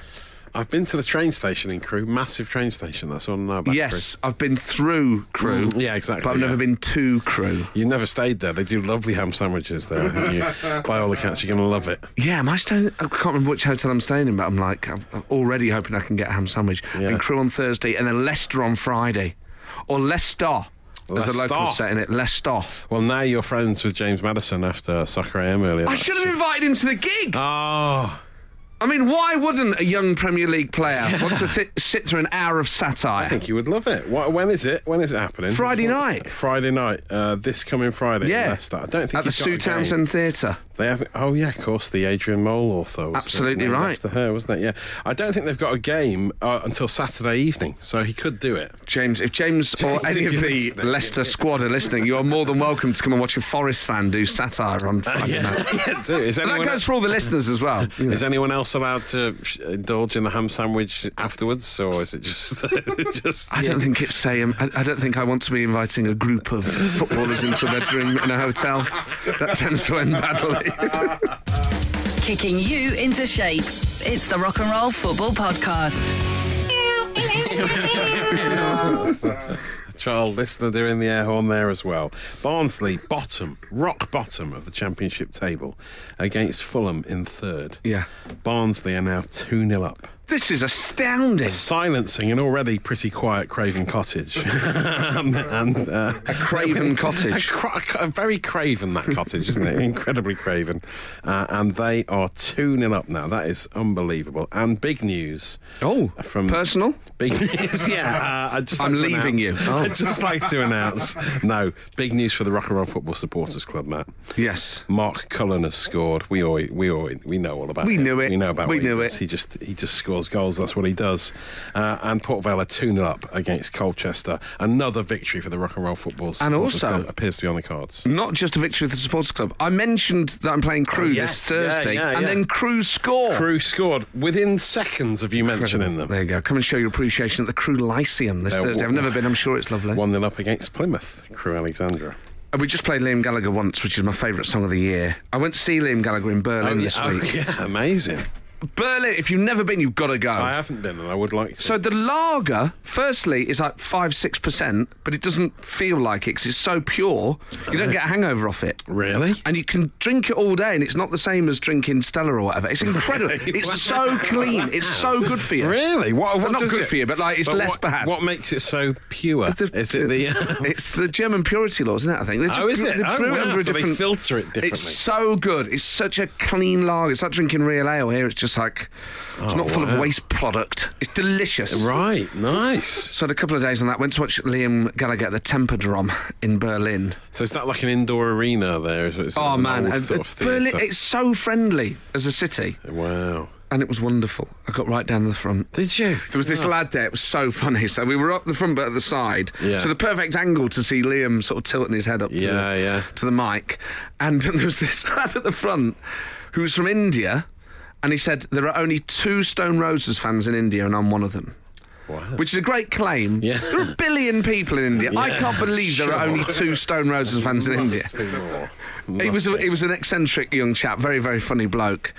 Speaker 2: been to the train station in Crewe. Massive train station. That's all I know about.
Speaker 1: yes, I've been through crew.
Speaker 2: Mm, yeah, exactly,
Speaker 1: But I've never
Speaker 2: yeah.
Speaker 1: been to crew.
Speaker 2: Crewe. You never stayed there. They do lovely ham sandwiches there. and you, by all accounts, you're going to love it.
Speaker 1: Yeah, am I staying? I can't remember which hotel I'm staying in, but I'm like, I'm I'm already hoping I can get a ham sandwich.
Speaker 2: Yeah.
Speaker 1: And crew on Thursday, and then Leicester on Friday. Or Leicester, as the
Speaker 2: Leicester.
Speaker 1: locals say in it. Leicester.
Speaker 2: Well, now you're friends with James Madison after Soccer AM earlier.
Speaker 1: I
Speaker 2: That's
Speaker 1: should have
Speaker 2: just-
Speaker 1: invited him to the gig.
Speaker 2: Oh,
Speaker 1: I mean, why wouldn't a young Premier League player want to thi- sit through an hour of satire?
Speaker 2: I think you would love it. Wh- When is it? When is it happening?
Speaker 1: Friday night.
Speaker 2: Friday night. Uh, this coming Friday. in
Speaker 1: Yeah.
Speaker 2: Leicester. I don't think
Speaker 1: At the
Speaker 2: he's got
Speaker 1: Sue
Speaker 2: a game.
Speaker 1: Townsend Theatre.
Speaker 2: They have. Oh yeah, of course. The Adrian Mole author. Was
Speaker 1: Absolutely
Speaker 2: named
Speaker 1: right.
Speaker 2: After her, wasn't it? Yeah. I don't think they've got a game uh, until Saturday evening, so he could do it.
Speaker 1: James, if James or any
Speaker 2: if
Speaker 1: of
Speaker 2: you're
Speaker 1: the
Speaker 2: listening.
Speaker 1: Leicester squad are listening, you are more than welcome to come and watch a Forest fan do satire on Friday night.
Speaker 2: Uh, yeah do it. Is
Speaker 1: And that
Speaker 2: anyone,
Speaker 1: goes for all the listeners as well. you know.
Speaker 2: is anyone else allowed to sh- indulge in the ham sandwich afterwards, or is it just? just
Speaker 1: I don't think it's saying. I, I don't think I want to be inviting a group of footballers into a bedroom in a hotel. That tends to end badly.
Speaker 4: Kicking you into shape. It's the Rock and Roll Football Podcast.
Speaker 2: Child listener doing the air horn there as well. Barnsley bottom, rock bottom of the championship table, against Fulham in third.
Speaker 1: Yeah.
Speaker 2: Barnsley are now two 0 up.
Speaker 1: this is astounding.
Speaker 2: silencing an already pretty quiet Craven Cottage. Um, and, uh, a
Speaker 1: Craven cottage.
Speaker 2: A, cra- a very Craven, that cottage, isn't it? Incredibly Craven. Uh, and they are 2 0 up now. That is unbelievable. And big news.
Speaker 1: Oh,
Speaker 2: From
Speaker 1: personal?
Speaker 2: Big news, yeah. Uh, I'd just like
Speaker 1: I'm
Speaker 2: to
Speaker 1: leaving
Speaker 2: announce-
Speaker 1: you. Oh.
Speaker 2: I'd just like to announce. No, big news for the Rock and Roll Football Supporters Club, Matt.
Speaker 1: Yes.
Speaker 2: Mark Cullen has scored. We all, we all, we know all about.
Speaker 1: We
Speaker 2: him.
Speaker 1: knew it.
Speaker 2: We know about.
Speaker 1: We
Speaker 2: what he
Speaker 1: knew
Speaker 2: does.
Speaker 1: it.
Speaker 2: He just he just scores goals. That's what he does. Uh, and Port Vale are two 0 up against Colchester. Another victory for the Rock and Roll Football. Supporters
Speaker 1: also-
Speaker 2: Club appears to be on the cards.
Speaker 1: Not just a victory of the supporters club. I mentioned that I'm playing Crew
Speaker 2: Oh, yes.
Speaker 1: this Thursday,
Speaker 2: Yeah, yeah,
Speaker 1: and
Speaker 2: yeah.
Speaker 1: then Crew score.
Speaker 2: Crew scored within seconds of you mentioning them.
Speaker 1: There you go. Come and show your appreciation at the Crew Lyceum this
Speaker 2: They're
Speaker 1: Thursday. I've
Speaker 2: wa-
Speaker 1: never been. I'm sure it's lovely.
Speaker 2: One 0 up against Plymouth. Crew Alexandra.
Speaker 1: And we just played Liam Gallagher once, which is my favourite song of the year. I went to see Liam Gallagher in Berlin this
Speaker 2: oh,
Speaker 1: week.
Speaker 2: yeah, amazing.
Speaker 1: Berlin, if you've never been, you've got to go.
Speaker 2: I haven't been, and I would like to.
Speaker 1: Oh. So the lager, firstly, is like five six percent, but it doesn't feel like it 'cause it's so pure. You don't get a hangover off it.
Speaker 2: really?
Speaker 1: And you can drink it all day, and it's not the same as drinking Stella or whatever. It's incredible. It's so clean. It's so good for you.
Speaker 2: Really? What?
Speaker 1: Well,
Speaker 2: what
Speaker 1: not
Speaker 2: does
Speaker 1: good
Speaker 2: it-
Speaker 1: for you, but, like, it's less
Speaker 2: what,
Speaker 1: bad.
Speaker 2: What makes it so pure?
Speaker 1: It's the-
Speaker 2: is it the? uh,
Speaker 1: It's the German purity laws, isn't it? I think. They
Speaker 2: Oh, is
Speaker 1: they
Speaker 2: it? Oh,
Speaker 1: brew
Speaker 2: wow.
Speaker 1: under a
Speaker 2: So they
Speaker 1: different-
Speaker 2: filter it differently.
Speaker 1: It's so good. It's such a clean lager. It's like drinking real ale. Here, it's just like it's not full of
Speaker 2: Oh, wow.
Speaker 1: waste product. It's delicious.
Speaker 2: Right, nice.
Speaker 1: So I had a couple of days on that. Went to watch Liam Gallagher at the Tempodrom in Berlin.
Speaker 2: So is that like an indoor arena there? Is it- is it
Speaker 1: Oh
Speaker 2: an
Speaker 1: man,
Speaker 2: old
Speaker 1: and-
Speaker 2: sort
Speaker 1: and
Speaker 2: of
Speaker 1: Berlin!
Speaker 2: theatre?
Speaker 1: It's so friendly as a city,
Speaker 2: Wow.
Speaker 1: and it was wonderful. I got right down to the front.
Speaker 2: Did you? Ah,
Speaker 1: There was this lad there. It was so funny. So we were up the front, but at the side.
Speaker 2: Yeah.
Speaker 1: So the perfect angle to see Liam sort of tilting his head up. To
Speaker 2: Yeah,
Speaker 1: the,
Speaker 2: yeah.
Speaker 1: To the mic, and there was this lad at the front who was from India, and he said there are only two Stone Roses fans in India, and I'm one of them.
Speaker 2: Wow.
Speaker 1: Which is a great claim.
Speaker 2: Yeah.
Speaker 1: There are a billion people in India. I can't believe there are
Speaker 2: sure.
Speaker 1: only two Stone Roses fans in India.
Speaker 2: Must be more.
Speaker 1: He was,
Speaker 2: Must
Speaker 1: a,
Speaker 2: be.
Speaker 1: he was an eccentric young chap, very, very funny bloke.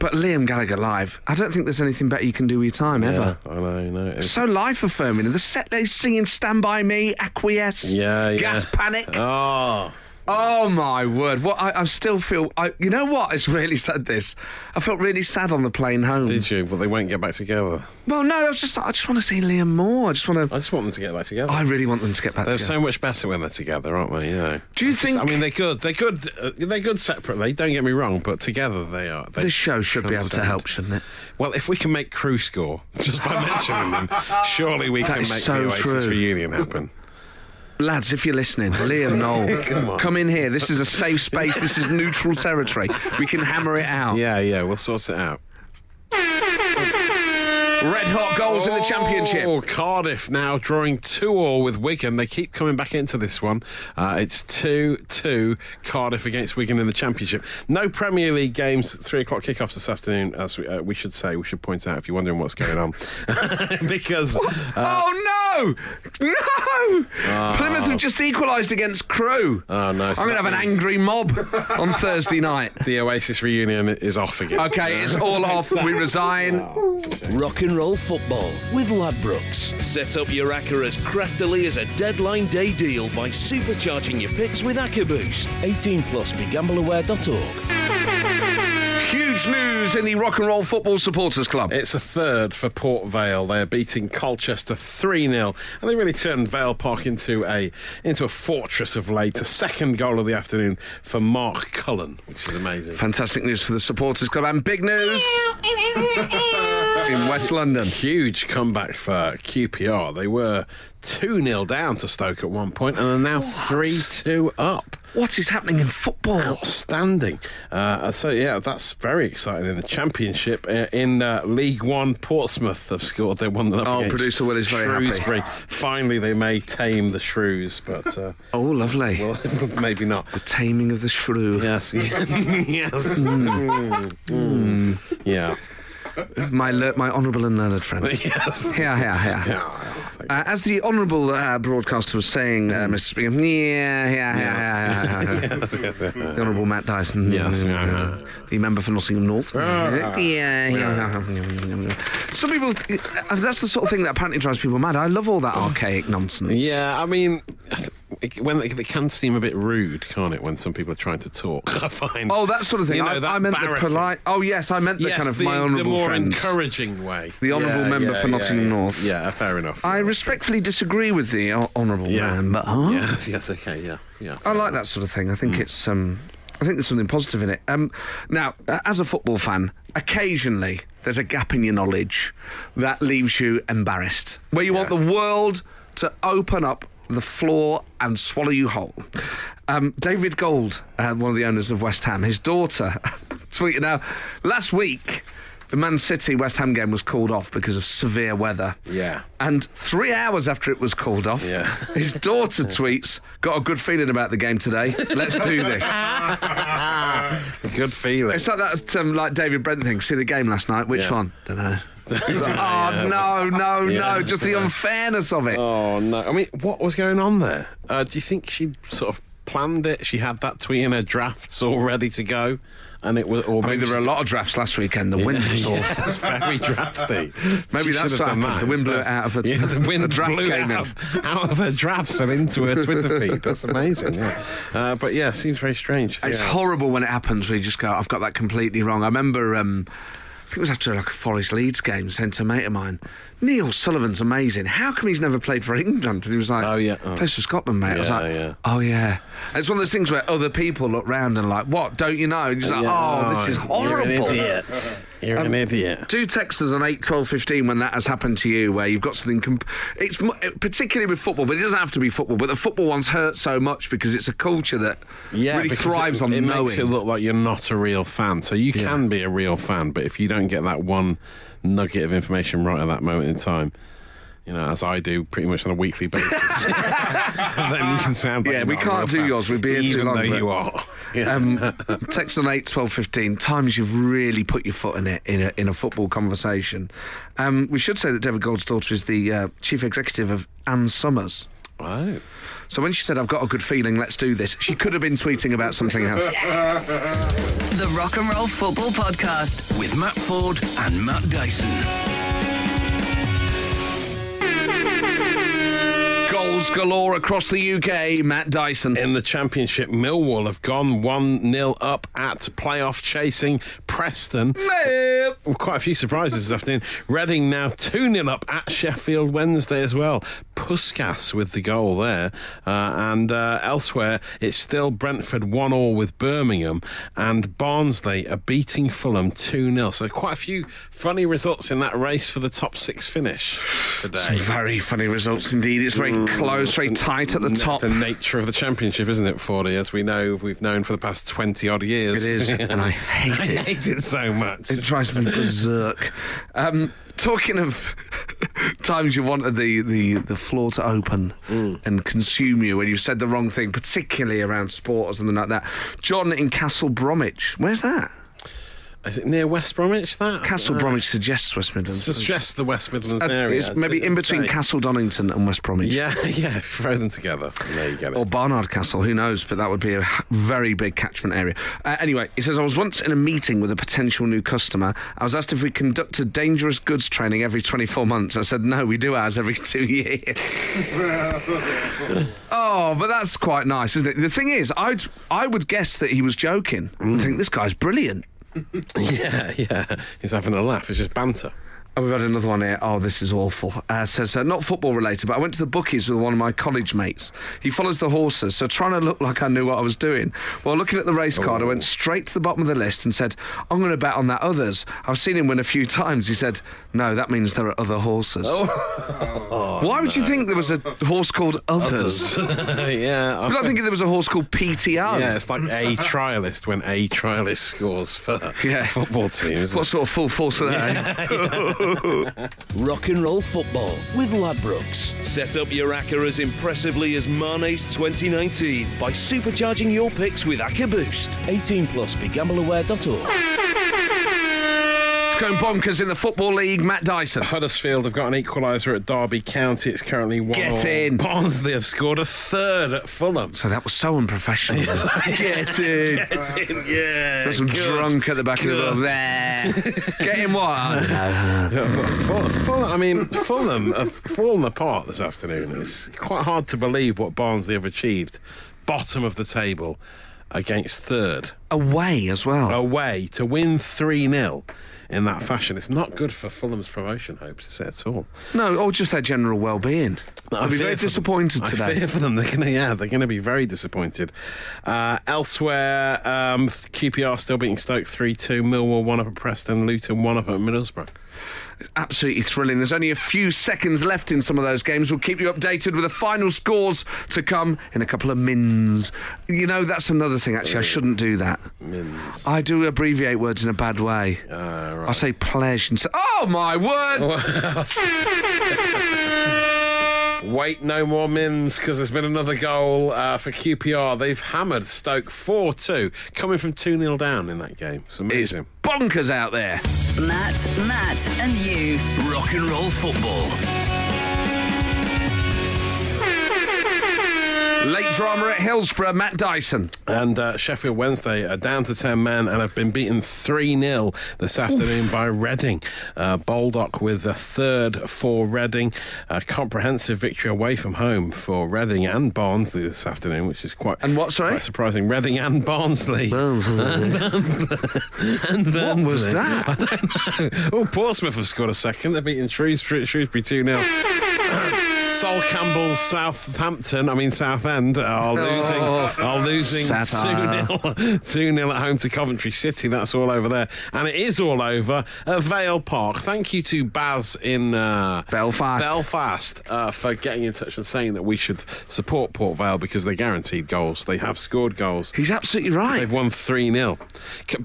Speaker 1: But Liam Gallagher live, I don't think there's anything better you can do with your time
Speaker 2: Yeah,
Speaker 1: ever.
Speaker 2: I know, you know. it is.
Speaker 1: So life affirming. And The set they singing Stand By Me, Acquiesce,
Speaker 2: yeah, yeah.
Speaker 1: Gas Panic.
Speaker 2: Oh,
Speaker 1: Oh my word! What I, I still feel. I, you know what? It's really said this. I felt really sad on the plane home.
Speaker 2: did you? But they won't get back together.
Speaker 1: Well, no, I was just. like, I just want to see Liam more. I just want
Speaker 2: I
Speaker 1: to.
Speaker 2: just want them to get back together.
Speaker 1: I really want them to get back
Speaker 2: they're
Speaker 1: together.
Speaker 2: so much better when they're together, aren't they? You know.
Speaker 1: Do you
Speaker 2: I just-
Speaker 1: think-
Speaker 2: I mean, they're good. They're good. Uh, they're good separately. Don't get me wrong, but together they are. They
Speaker 1: This show should be able to
Speaker 2: transcend.
Speaker 1: help, shouldn't it?
Speaker 2: Well, if we can make crew score just by mentioning them, surely we can
Speaker 1: is
Speaker 2: make
Speaker 1: so
Speaker 2: the Oasis
Speaker 1: true.
Speaker 2: reunion happen.
Speaker 1: Lads, if you're listening, Liam Noel,
Speaker 2: Come on.
Speaker 1: come in here. This is a safe space. This is neutral territory. We can hammer it out.
Speaker 2: Yeah, yeah, we'll sort it out.
Speaker 1: Red hot goals in the championship.
Speaker 2: Oh, Cardiff now drawing two all with Wigan. They keep coming back into this one. Uh, it's two two Cardiff against Wigan in the championship. No Premier League games. Three o'clock kickoffs this afternoon. As we, uh, we should say, we should point out if you're wondering what's going on, because uh,
Speaker 1: oh no, no!
Speaker 2: Ah.
Speaker 1: Plymouth have just equalised against Crew.
Speaker 2: Oh, no, so
Speaker 1: I'm gonna have
Speaker 2: that
Speaker 1: an
Speaker 2: means-
Speaker 1: angry mob on Thursday night.
Speaker 2: the Oasis reunion is off again.
Speaker 1: Okay, it's all off. We resign.
Speaker 3: Rock and roll football with Ladbrokes. Set up your Acca as craftily as a deadline day deal by supercharging your picks with Acca Boost. 18 plus begambleaware.org.
Speaker 1: Huge news in the Rock and Roll Football Supporters Club.
Speaker 2: It's a third for Port Vale. They're beating Colchester 3 0. And they really turned Vale Park into a into a fortress of late. A second goal of the afternoon for Mark Cullen, which is amazing.
Speaker 1: Fantastic news for the Supporters Club and big news in West London.
Speaker 2: Huge comeback for QPR. They were 2 0 down to Stoke at one point and are now 3 2 up.
Speaker 1: What is happening in football?
Speaker 2: Outstanding. Uh, so, yeah, that's very exciting in the Championship. Uh, in uh, League One, Portsmouth have scored their 1 0
Speaker 1: Oh, producer Will is very happy.
Speaker 2: Shrewsbury. Finally, they may tame the shrews, but uh,
Speaker 1: Oh, lovely.
Speaker 2: well, maybe not.
Speaker 1: the taming of the shrew.
Speaker 2: Yes. yes. Mm. Mm. Yeah.
Speaker 1: My le- my honourable and learned friend.
Speaker 2: Yes.
Speaker 1: Here, here, here.
Speaker 2: Yeah.
Speaker 1: Uh, as the honourable uh, broadcaster was saying, uh, Mr. Speaker, yeah, yeah, yeah, yeah, yeah, yeah. the honourable Matt Dyson, Uh,
Speaker 2: Yes, yeah, yeah.
Speaker 1: the member for Nottingham North.
Speaker 2: Ah.
Speaker 1: yeah, yeah, yeah. Some people, uh, that's the sort of thing that apparently drives people mad. I love all that archaic nonsense.
Speaker 2: Oh. Yeah, I mean, it- when it can seem a bit rude, can't it? When some people are trying to talk, I find.
Speaker 1: Oh, that sort of thing.
Speaker 2: You know,
Speaker 1: I,
Speaker 2: that
Speaker 1: I meant
Speaker 2: barracking.
Speaker 1: the polite. Oh yes, I meant the
Speaker 2: Yes,
Speaker 1: kind of
Speaker 2: the,
Speaker 1: my
Speaker 2: the
Speaker 1: honourable
Speaker 2: more
Speaker 1: friend.
Speaker 2: encouraging way.
Speaker 1: The honourable
Speaker 2: Yeah,
Speaker 1: member
Speaker 2: yeah,
Speaker 1: for
Speaker 2: yeah,
Speaker 1: Nottingham
Speaker 2: yeah.
Speaker 1: North.
Speaker 2: Yeah, fair enough.
Speaker 1: I
Speaker 2: Yeah.
Speaker 1: respectfully disagree with the hon- honourable
Speaker 2: Yeah.
Speaker 1: man, but huh?
Speaker 2: Yes, yes, okay, yeah, yeah.
Speaker 1: I like that sort of thing. I think it's um, I think there's something positive in it. Um, now, uh, as a football fan, occasionally there's a gap in your knowledge that leaves you embarrassed, where you want the world to open up the floor and swallow you whole. Um, David Gold, uh, one of the owners of West Ham, his daughter tweeted out last week. The Man City West Ham game was called off because of severe weather.
Speaker 2: Yeah.
Speaker 1: And three hours after it was called off,
Speaker 2: Yeah.
Speaker 1: his daughter tweets, Got a good feeling about the game today. Let's do this.
Speaker 2: Good feeling.
Speaker 1: It's like that um, like David Brent thing. See the game last night? Which
Speaker 2: Yeah.
Speaker 1: one? Don't know.
Speaker 2: Yeah,
Speaker 1: oh,
Speaker 2: it
Speaker 1: no,
Speaker 2: was-
Speaker 1: no,
Speaker 2: Yeah.
Speaker 1: no. Just the unfairness of it.
Speaker 2: Oh no! I mean, what was going on there? Uh, do you think she sort of planned it? She had that tweet in her drafts all ready to go, and it was. Or
Speaker 1: I mean,
Speaker 2: maybe
Speaker 1: there were a lot of drafts last weekend. The wind was
Speaker 2: Yeah,
Speaker 1: awful.
Speaker 2: it's very drafty.
Speaker 1: Maybe
Speaker 2: She
Speaker 1: that's
Speaker 2: should have
Speaker 1: what
Speaker 2: done
Speaker 1: happened.
Speaker 2: that
Speaker 1: The wind blew
Speaker 2: instead.
Speaker 1: it out of her-
Speaker 2: Yeah, the
Speaker 1: her
Speaker 2: wind
Speaker 1: draft
Speaker 2: blew
Speaker 1: came
Speaker 2: out, out of her drafts and into her Twitter feed. That's amazing. Yeah, uh, but yeah, seems very strange.
Speaker 1: It's
Speaker 2: Yeah.
Speaker 1: horrible when it happens. where you just go, I've got that completely wrong. I remember, um, I think it was after like a Forest Leeds game, saying to a mate of mine, Neil Sullivan's amazing. How come he's never played for England? And he was like,
Speaker 2: Oh, yeah. Oh.
Speaker 1: plays for Scotland, mate. I was
Speaker 2: Yeah,
Speaker 1: like,
Speaker 2: yeah.
Speaker 1: oh yeah. And it's one of those things where other people look round and like, what? Don't you know? And you're just like, oh, this is
Speaker 2: You're an
Speaker 1: horrible.
Speaker 2: idiot. Um, You're an idiot.
Speaker 1: Do text us on eight twelve fifteen when that has happened to you, where you've got something. Comp- it's mu- particularly with football, but it doesn't have to be football. But the football ones hurt so much because it's a culture that really
Speaker 2: because
Speaker 1: thrives
Speaker 2: it,
Speaker 1: on
Speaker 2: it
Speaker 1: knowing.
Speaker 2: makes it look like you're not a real fan. So you can be a real fan, but if you don't get that one nugget of information right at that moment in time, you know, as I do pretty much on a weekly basis, then you can sound like
Speaker 1: Yeah,
Speaker 2: you're
Speaker 1: we
Speaker 2: not a
Speaker 1: can't
Speaker 2: real
Speaker 1: do
Speaker 2: fan,
Speaker 1: yours, we'd be here too
Speaker 2: even
Speaker 1: long,
Speaker 2: though
Speaker 1: but-
Speaker 2: you are. Yeah.
Speaker 1: Um, text on eight twelve fifteen. Times you've really put your foot in it in a, in a football conversation. Um, we should say that David Gold's daughter is the uh, chief executive of Ann Summers.
Speaker 2: Oh.
Speaker 1: So when she said, "I've got a good feeling, let's do this," she could have been tweeting about something else.
Speaker 4: The Rock and Roll Football Podcast.
Speaker 3: With Matt Ford and Matt Dyson.
Speaker 1: Goals galore across the UK. Matt Dyson.
Speaker 2: In the championship, Millwall have gone 1 0 up at playoff chasing Preston. Well, quite a few surprises this afternoon. Reading now 2 0 up at Sheffield Wednesday as well. Puskas with the goal there. Uh, and uh, elsewhere, it's still Brentford 1 all with Birmingham. And Barnsley are beating Fulham 2 0. So quite a few funny results in that race for the top six finish today.
Speaker 1: Very funny results indeed. It's very close, very tight at the
Speaker 2: That's
Speaker 1: top.
Speaker 2: the nature of the championship, isn't it, Fordy? As we know, we've known for the past 20 odd years.
Speaker 1: It is, and I hate
Speaker 2: I
Speaker 1: it.
Speaker 2: hate it so much.
Speaker 1: It drives me berserk. Um, Talking of times you wanted the, the, the floor to open and consume you when you said the wrong thing, particularly around sport or something like that. John in Castle Bromwich. Where's that?
Speaker 2: Is it near West Bromwich? That
Speaker 1: Castle Bromwich suggests West Midlands.
Speaker 2: Suggests the West Midlands
Speaker 1: Uh,
Speaker 2: area.
Speaker 1: it's maybe in between
Speaker 2: Say.
Speaker 1: Castle Donington and West Bromwich.
Speaker 2: Yeah, yeah. Throw them together. and There you go.
Speaker 1: Or Barnard Castle, who knows, but that would be a h- very big catchment area. Uh, anyway, he says, I was once in a meeting with a potential new customer. I was asked if we conducted dangerous goods training every 24 months. I said, no, we do ours every two years. oh, but that's quite nice, isn't it? The thing is, I'd, I would guess that he was joking. I think this guy's brilliant.
Speaker 2: yeah, yeah. He's having a laugh. It's just banter.
Speaker 1: Oh, we've had another one here. Oh, this is awful. Uh, says, uh, not football related, but I went to the bookies with one of my college mates. He follows the horses, so trying to look like I knew what I was doing. While looking at the race card, I went straight to the bottom of the list and said, I'm going to bet on that others. I've seen him win a few times. He said, No, that means there are other horses. Why would you think there was a horse called Oh, Others?
Speaker 2: yeah.
Speaker 1: I'm
Speaker 2: I-
Speaker 1: not thinking there was a horse called PTO.
Speaker 2: yeah, it's like a trialist when a trialist scores for
Speaker 1: Yeah.
Speaker 2: football teams.
Speaker 1: What sort of full force are they?
Speaker 3: Rock and roll football with Ladbrokes. Set up your ACCA as impressively as Marnay's 2019 by supercharging your picks with ACCA Boost. 18 plus begambleaware.org.
Speaker 1: It's going bonkers in the Football League. Matt Dyson.
Speaker 2: Huddersfield have got an equaliser at Derby County. It's currently one.
Speaker 1: Get
Speaker 2: all.
Speaker 1: in.
Speaker 2: Barnsley have scored a third at Fulham.
Speaker 1: So that was so unprofessional. Get in.
Speaker 2: Get in, yeah.
Speaker 1: Got some drunk at the back of the pub. There. Getting what? I don't know.
Speaker 2: Full, Full, I mean, Fulham have fallen apart this afternoon. It's quite hard to believe what Barnsley have achieved. Bottom of the table against third.
Speaker 1: Away as well.
Speaker 2: Away to win 3 0 in that fashion. It's not good for Fulham's promotion hopes, is it at all?
Speaker 1: No, or just their general well-being.
Speaker 2: I
Speaker 1: I'll be
Speaker 2: fear
Speaker 1: very
Speaker 2: for them.
Speaker 1: disappointed
Speaker 2: I
Speaker 1: today.
Speaker 2: fear for them. They're gonna, yeah, they're going to be very disappointed. Uh, elsewhere, um, QPR still beating Stoke three two. Millwall one up at Preston. Luton one up at Middlesbrough.
Speaker 1: Absolutely thrilling. There's only a few seconds left in some of those games. We'll keep you updated with the final scores to come in a couple of mins. You know, that's another thing. Actually, I shouldn't do that.
Speaker 2: Mins.
Speaker 1: I do abbreviate words in a bad way.
Speaker 2: Uh,
Speaker 1: I say pledge and say, oh my word!
Speaker 2: Wait, no more Mins because there's been another goal uh, for QPR. They've hammered Stoke 4 2, coming from 2 0 down in that game. It's
Speaker 1: It's
Speaker 2: amazing.
Speaker 1: bonkers out there.
Speaker 4: Matt, Matt, and you.
Speaker 3: Rock and roll football.
Speaker 1: Late drama at Hillsborough. Matt Dyson.
Speaker 2: And uh, Sheffield Wednesday are down to 10 men and have been beaten 3 0 this afternoon by Reading. Uh, Baldock with the third for Reading. A comprehensive victory away from home for Reading and Barnsley this afternoon, which is quite,
Speaker 1: And what, sorry?
Speaker 2: quite surprising. Reading and Barnsley. and then
Speaker 1: What was that?
Speaker 2: I don't know. Oh, Portsmouth have scored a second. They're beating Shrewsbury, Shrewsbury 2 0. Sol Campbell's Southampton, I mean Southend, are losing, are losing 2
Speaker 1: Satire.
Speaker 2: 0 2 0 at home to Coventry City. That's all over there. And it is all over at Vale Park. Thank you to Baz in uh,
Speaker 1: Belfast.
Speaker 2: Belfast uh, for getting in touch and saying that we should support Port Vale because they're guaranteed goals. They have scored goals.
Speaker 1: He's absolutely right.
Speaker 2: They've won 3 0.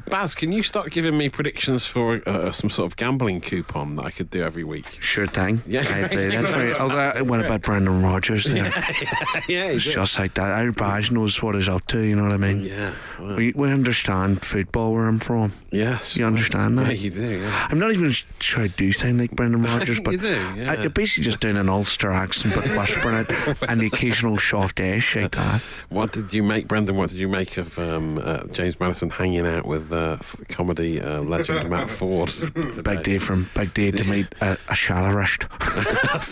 Speaker 2: Baz, can you start giving me predictions for uh, some sort of gambling coupon that I could do every week?
Speaker 1: Sure thing.
Speaker 2: Yeah.
Speaker 1: I do. That's very, although it went about Brendan Rodgers there.
Speaker 2: yeah,
Speaker 1: It's just like that. Our badge knows what he's up to, you know what I mean?
Speaker 2: Yeah, well,
Speaker 1: We, we understand football where I'm from.
Speaker 2: yes.
Speaker 1: You understand
Speaker 2: Yeah,
Speaker 1: that?
Speaker 2: you do, yeah.
Speaker 1: I'm not even sh- sure I do sound like Brendan Rodgers,
Speaker 2: think
Speaker 1: but
Speaker 2: you do, yeah.
Speaker 1: I, you're basically just doing an Ulster accent, but whispering it and the occasional soft ash like that.
Speaker 2: What did you make, Brendan? What did you make of um, uh, James Madison hanging out with uh, f- comedy uh, legend Matt Ford?
Speaker 1: Big day from big day to meet a, a shallerist.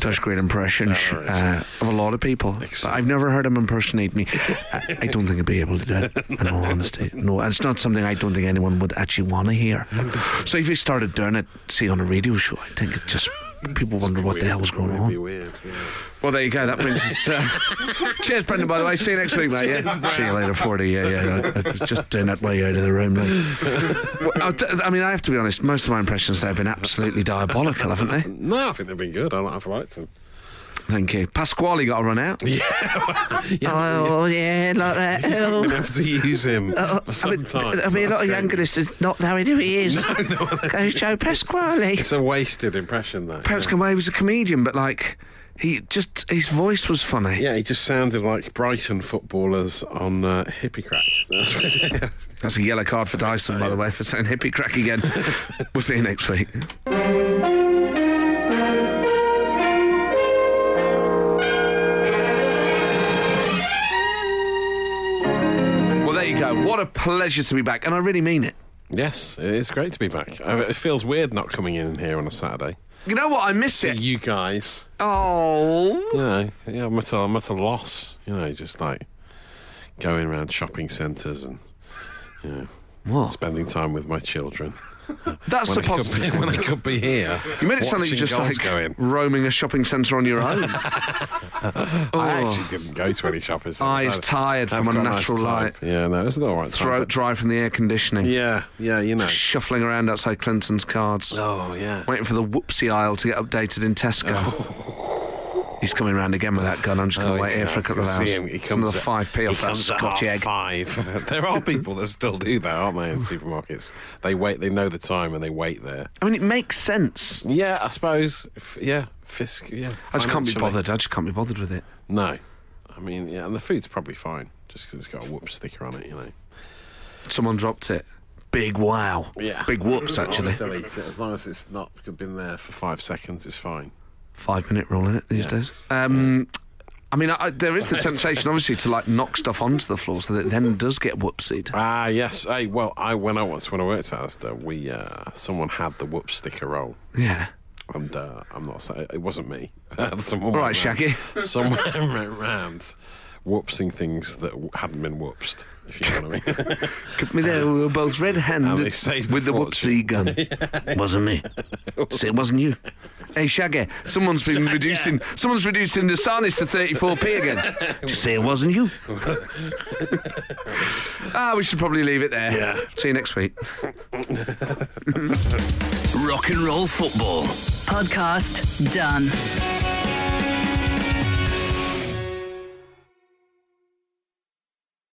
Speaker 1: Does great impressions uh, of a lot of people. But I've never heard him impersonate me. I, I don't think I'd be able to do it, in all honesty. No, and it's not something I don't think anyone would actually want to hear. So if you started doing it, say, on a radio show, I think it just. People wonder what the hell was going
Speaker 2: It'd be
Speaker 1: on.
Speaker 2: weird. Yeah.
Speaker 1: Well, there you go. That brings us. Uh, cheers, Brendan. By the way, see you next week, mate. Yeah, see you later, forty. Yeah, yeah. I- I was Just doing that way out of the room. Like. Well, I, t- I mean, I have to be honest. Most of my impressions there have been absolutely diabolical, haven't they?
Speaker 2: No, I think they've been good. I, li- I've liked them.
Speaker 1: Thank you. Pasquale got a run out.
Speaker 9: Oh, yeah, like that. Oh.
Speaker 2: You have to use him
Speaker 9: Oh, I mean,
Speaker 2: sometimes.
Speaker 9: I mean, a lot of younger listeners not knowing who he is. Goes Joe Pasquale.
Speaker 2: It's a wasted impression, that.
Speaker 1: Perhaps
Speaker 2: yeah.
Speaker 1: Gamay was a comedian, but like he just his voice was funny.
Speaker 2: Yeah, he just sounded like Brighton footballers on uh, Hippie Crack. That's what
Speaker 1: That's a yellow card for Dyson, by the way, for saying hippie crack again. we'll see you next week. Well, there you go. What a pleasure to be back, and I really mean it.
Speaker 2: Yes, it's great to be back. I- It feels weird not coming in here on a Saturday.
Speaker 1: You know what? I missed
Speaker 2: See
Speaker 1: it.
Speaker 2: you guys.
Speaker 1: Oh.
Speaker 2: You know, yeah, I'm at, a, I'm at a loss. You know, just like going around shopping centres and you know,
Speaker 1: What?
Speaker 2: spending time with my children.
Speaker 1: That's the
Speaker 2: I could be,
Speaker 1: positive.
Speaker 2: when I could be here.
Speaker 1: You made it sound like
Speaker 2: watching
Speaker 1: you're just
Speaker 2: goals
Speaker 1: like
Speaker 2: go in.
Speaker 1: roaming a shopping centre on your own.
Speaker 2: I actually didn't go to any shopping centres.
Speaker 1: Eyes
Speaker 2: either.
Speaker 1: tired
Speaker 2: I've
Speaker 1: from
Speaker 2: got a
Speaker 1: unnatural
Speaker 2: nice time.
Speaker 1: light.
Speaker 2: Yeah, no, it's not all right. time,
Speaker 1: Throat
Speaker 2: but-
Speaker 1: dry from the air conditioning.
Speaker 2: Yeah, yeah, you know.
Speaker 1: Shuffling around outside Clinton's cards.
Speaker 2: Oh, yeah.
Speaker 1: Waiting for the whoopsie aisle to get updated in Tesco. He's coming round again with that gun. I'm just going to
Speaker 2: Oh,
Speaker 1: wait
Speaker 2: it's-
Speaker 1: here for a
Speaker 2: I can
Speaker 1: couple of
Speaker 2: see
Speaker 1: hours.
Speaker 2: him. He
Speaker 1: It's
Speaker 2: comes
Speaker 1: Another
Speaker 2: at-
Speaker 1: five p
Speaker 2: he
Speaker 1: off that
Speaker 2: comes at
Speaker 1: Scotch
Speaker 2: half
Speaker 1: egg.
Speaker 2: Five. there are people that still do that, aren't they? In supermarkets, they wait. They know the time and they wait there.
Speaker 1: I mean, it makes sense.
Speaker 2: Yeah, I suppose. F- yeah, fisc. Yeah,
Speaker 1: I just can't be
Speaker 2: financially.
Speaker 1: bothered. I just can't be bothered with it.
Speaker 2: No, I mean, yeah, and the food's probably fine just because it's got a whoop sticker on it, you know.
Speaker 1: Someone dropped it. Big wow.
Speaker 2: Yeah,
Speaker 1: Big whoops,
Speaker 2: I'll
Speaker 1: actually.
Speaker 2: still eat it as long as it's not been there for five seconds. It's fine.
Speaker 1: Five minute rule in it these
Speaker 2: Yeah.
Speaker 1: days. Um, I mean, I, I- there is the temptation, obviously, to like knock stuff onto the floor so that it then does get whoopsied.
Speaker 2: Ah, yes. Hey, well, I when I once when I worked at Asda, we uh, someone had the whoop sticker roll.
Speaker 1: Yeah.
Speaker 2: And uh, I'm not saying it wasn't me. someone
Speaker 1: All
Speaker 2: went
Speaker 1: right, Shaggy.
Speaker 2: round- Someone went round whoopsing things that w- hadn't been whoopsed, if you know what I mean.
Speaker 1: Cut me there. We were both red handed
Speaker 2: And they saved the
Speaker 1: with the
Speaker 2: fortune.
Speaker 1: whoopsie gun. Wasn't me. So it wasn't you. Hey, Shaggy, someone's been reducing someone's reducing the sarnies to 34p again. Just say it wasn't you. ah, we should probably leave it there.
Speaker 2: Yeah.
Speaker 1: See you next week.
Speaker 3: Rock and roll football.
Speaker 4: Podcast done.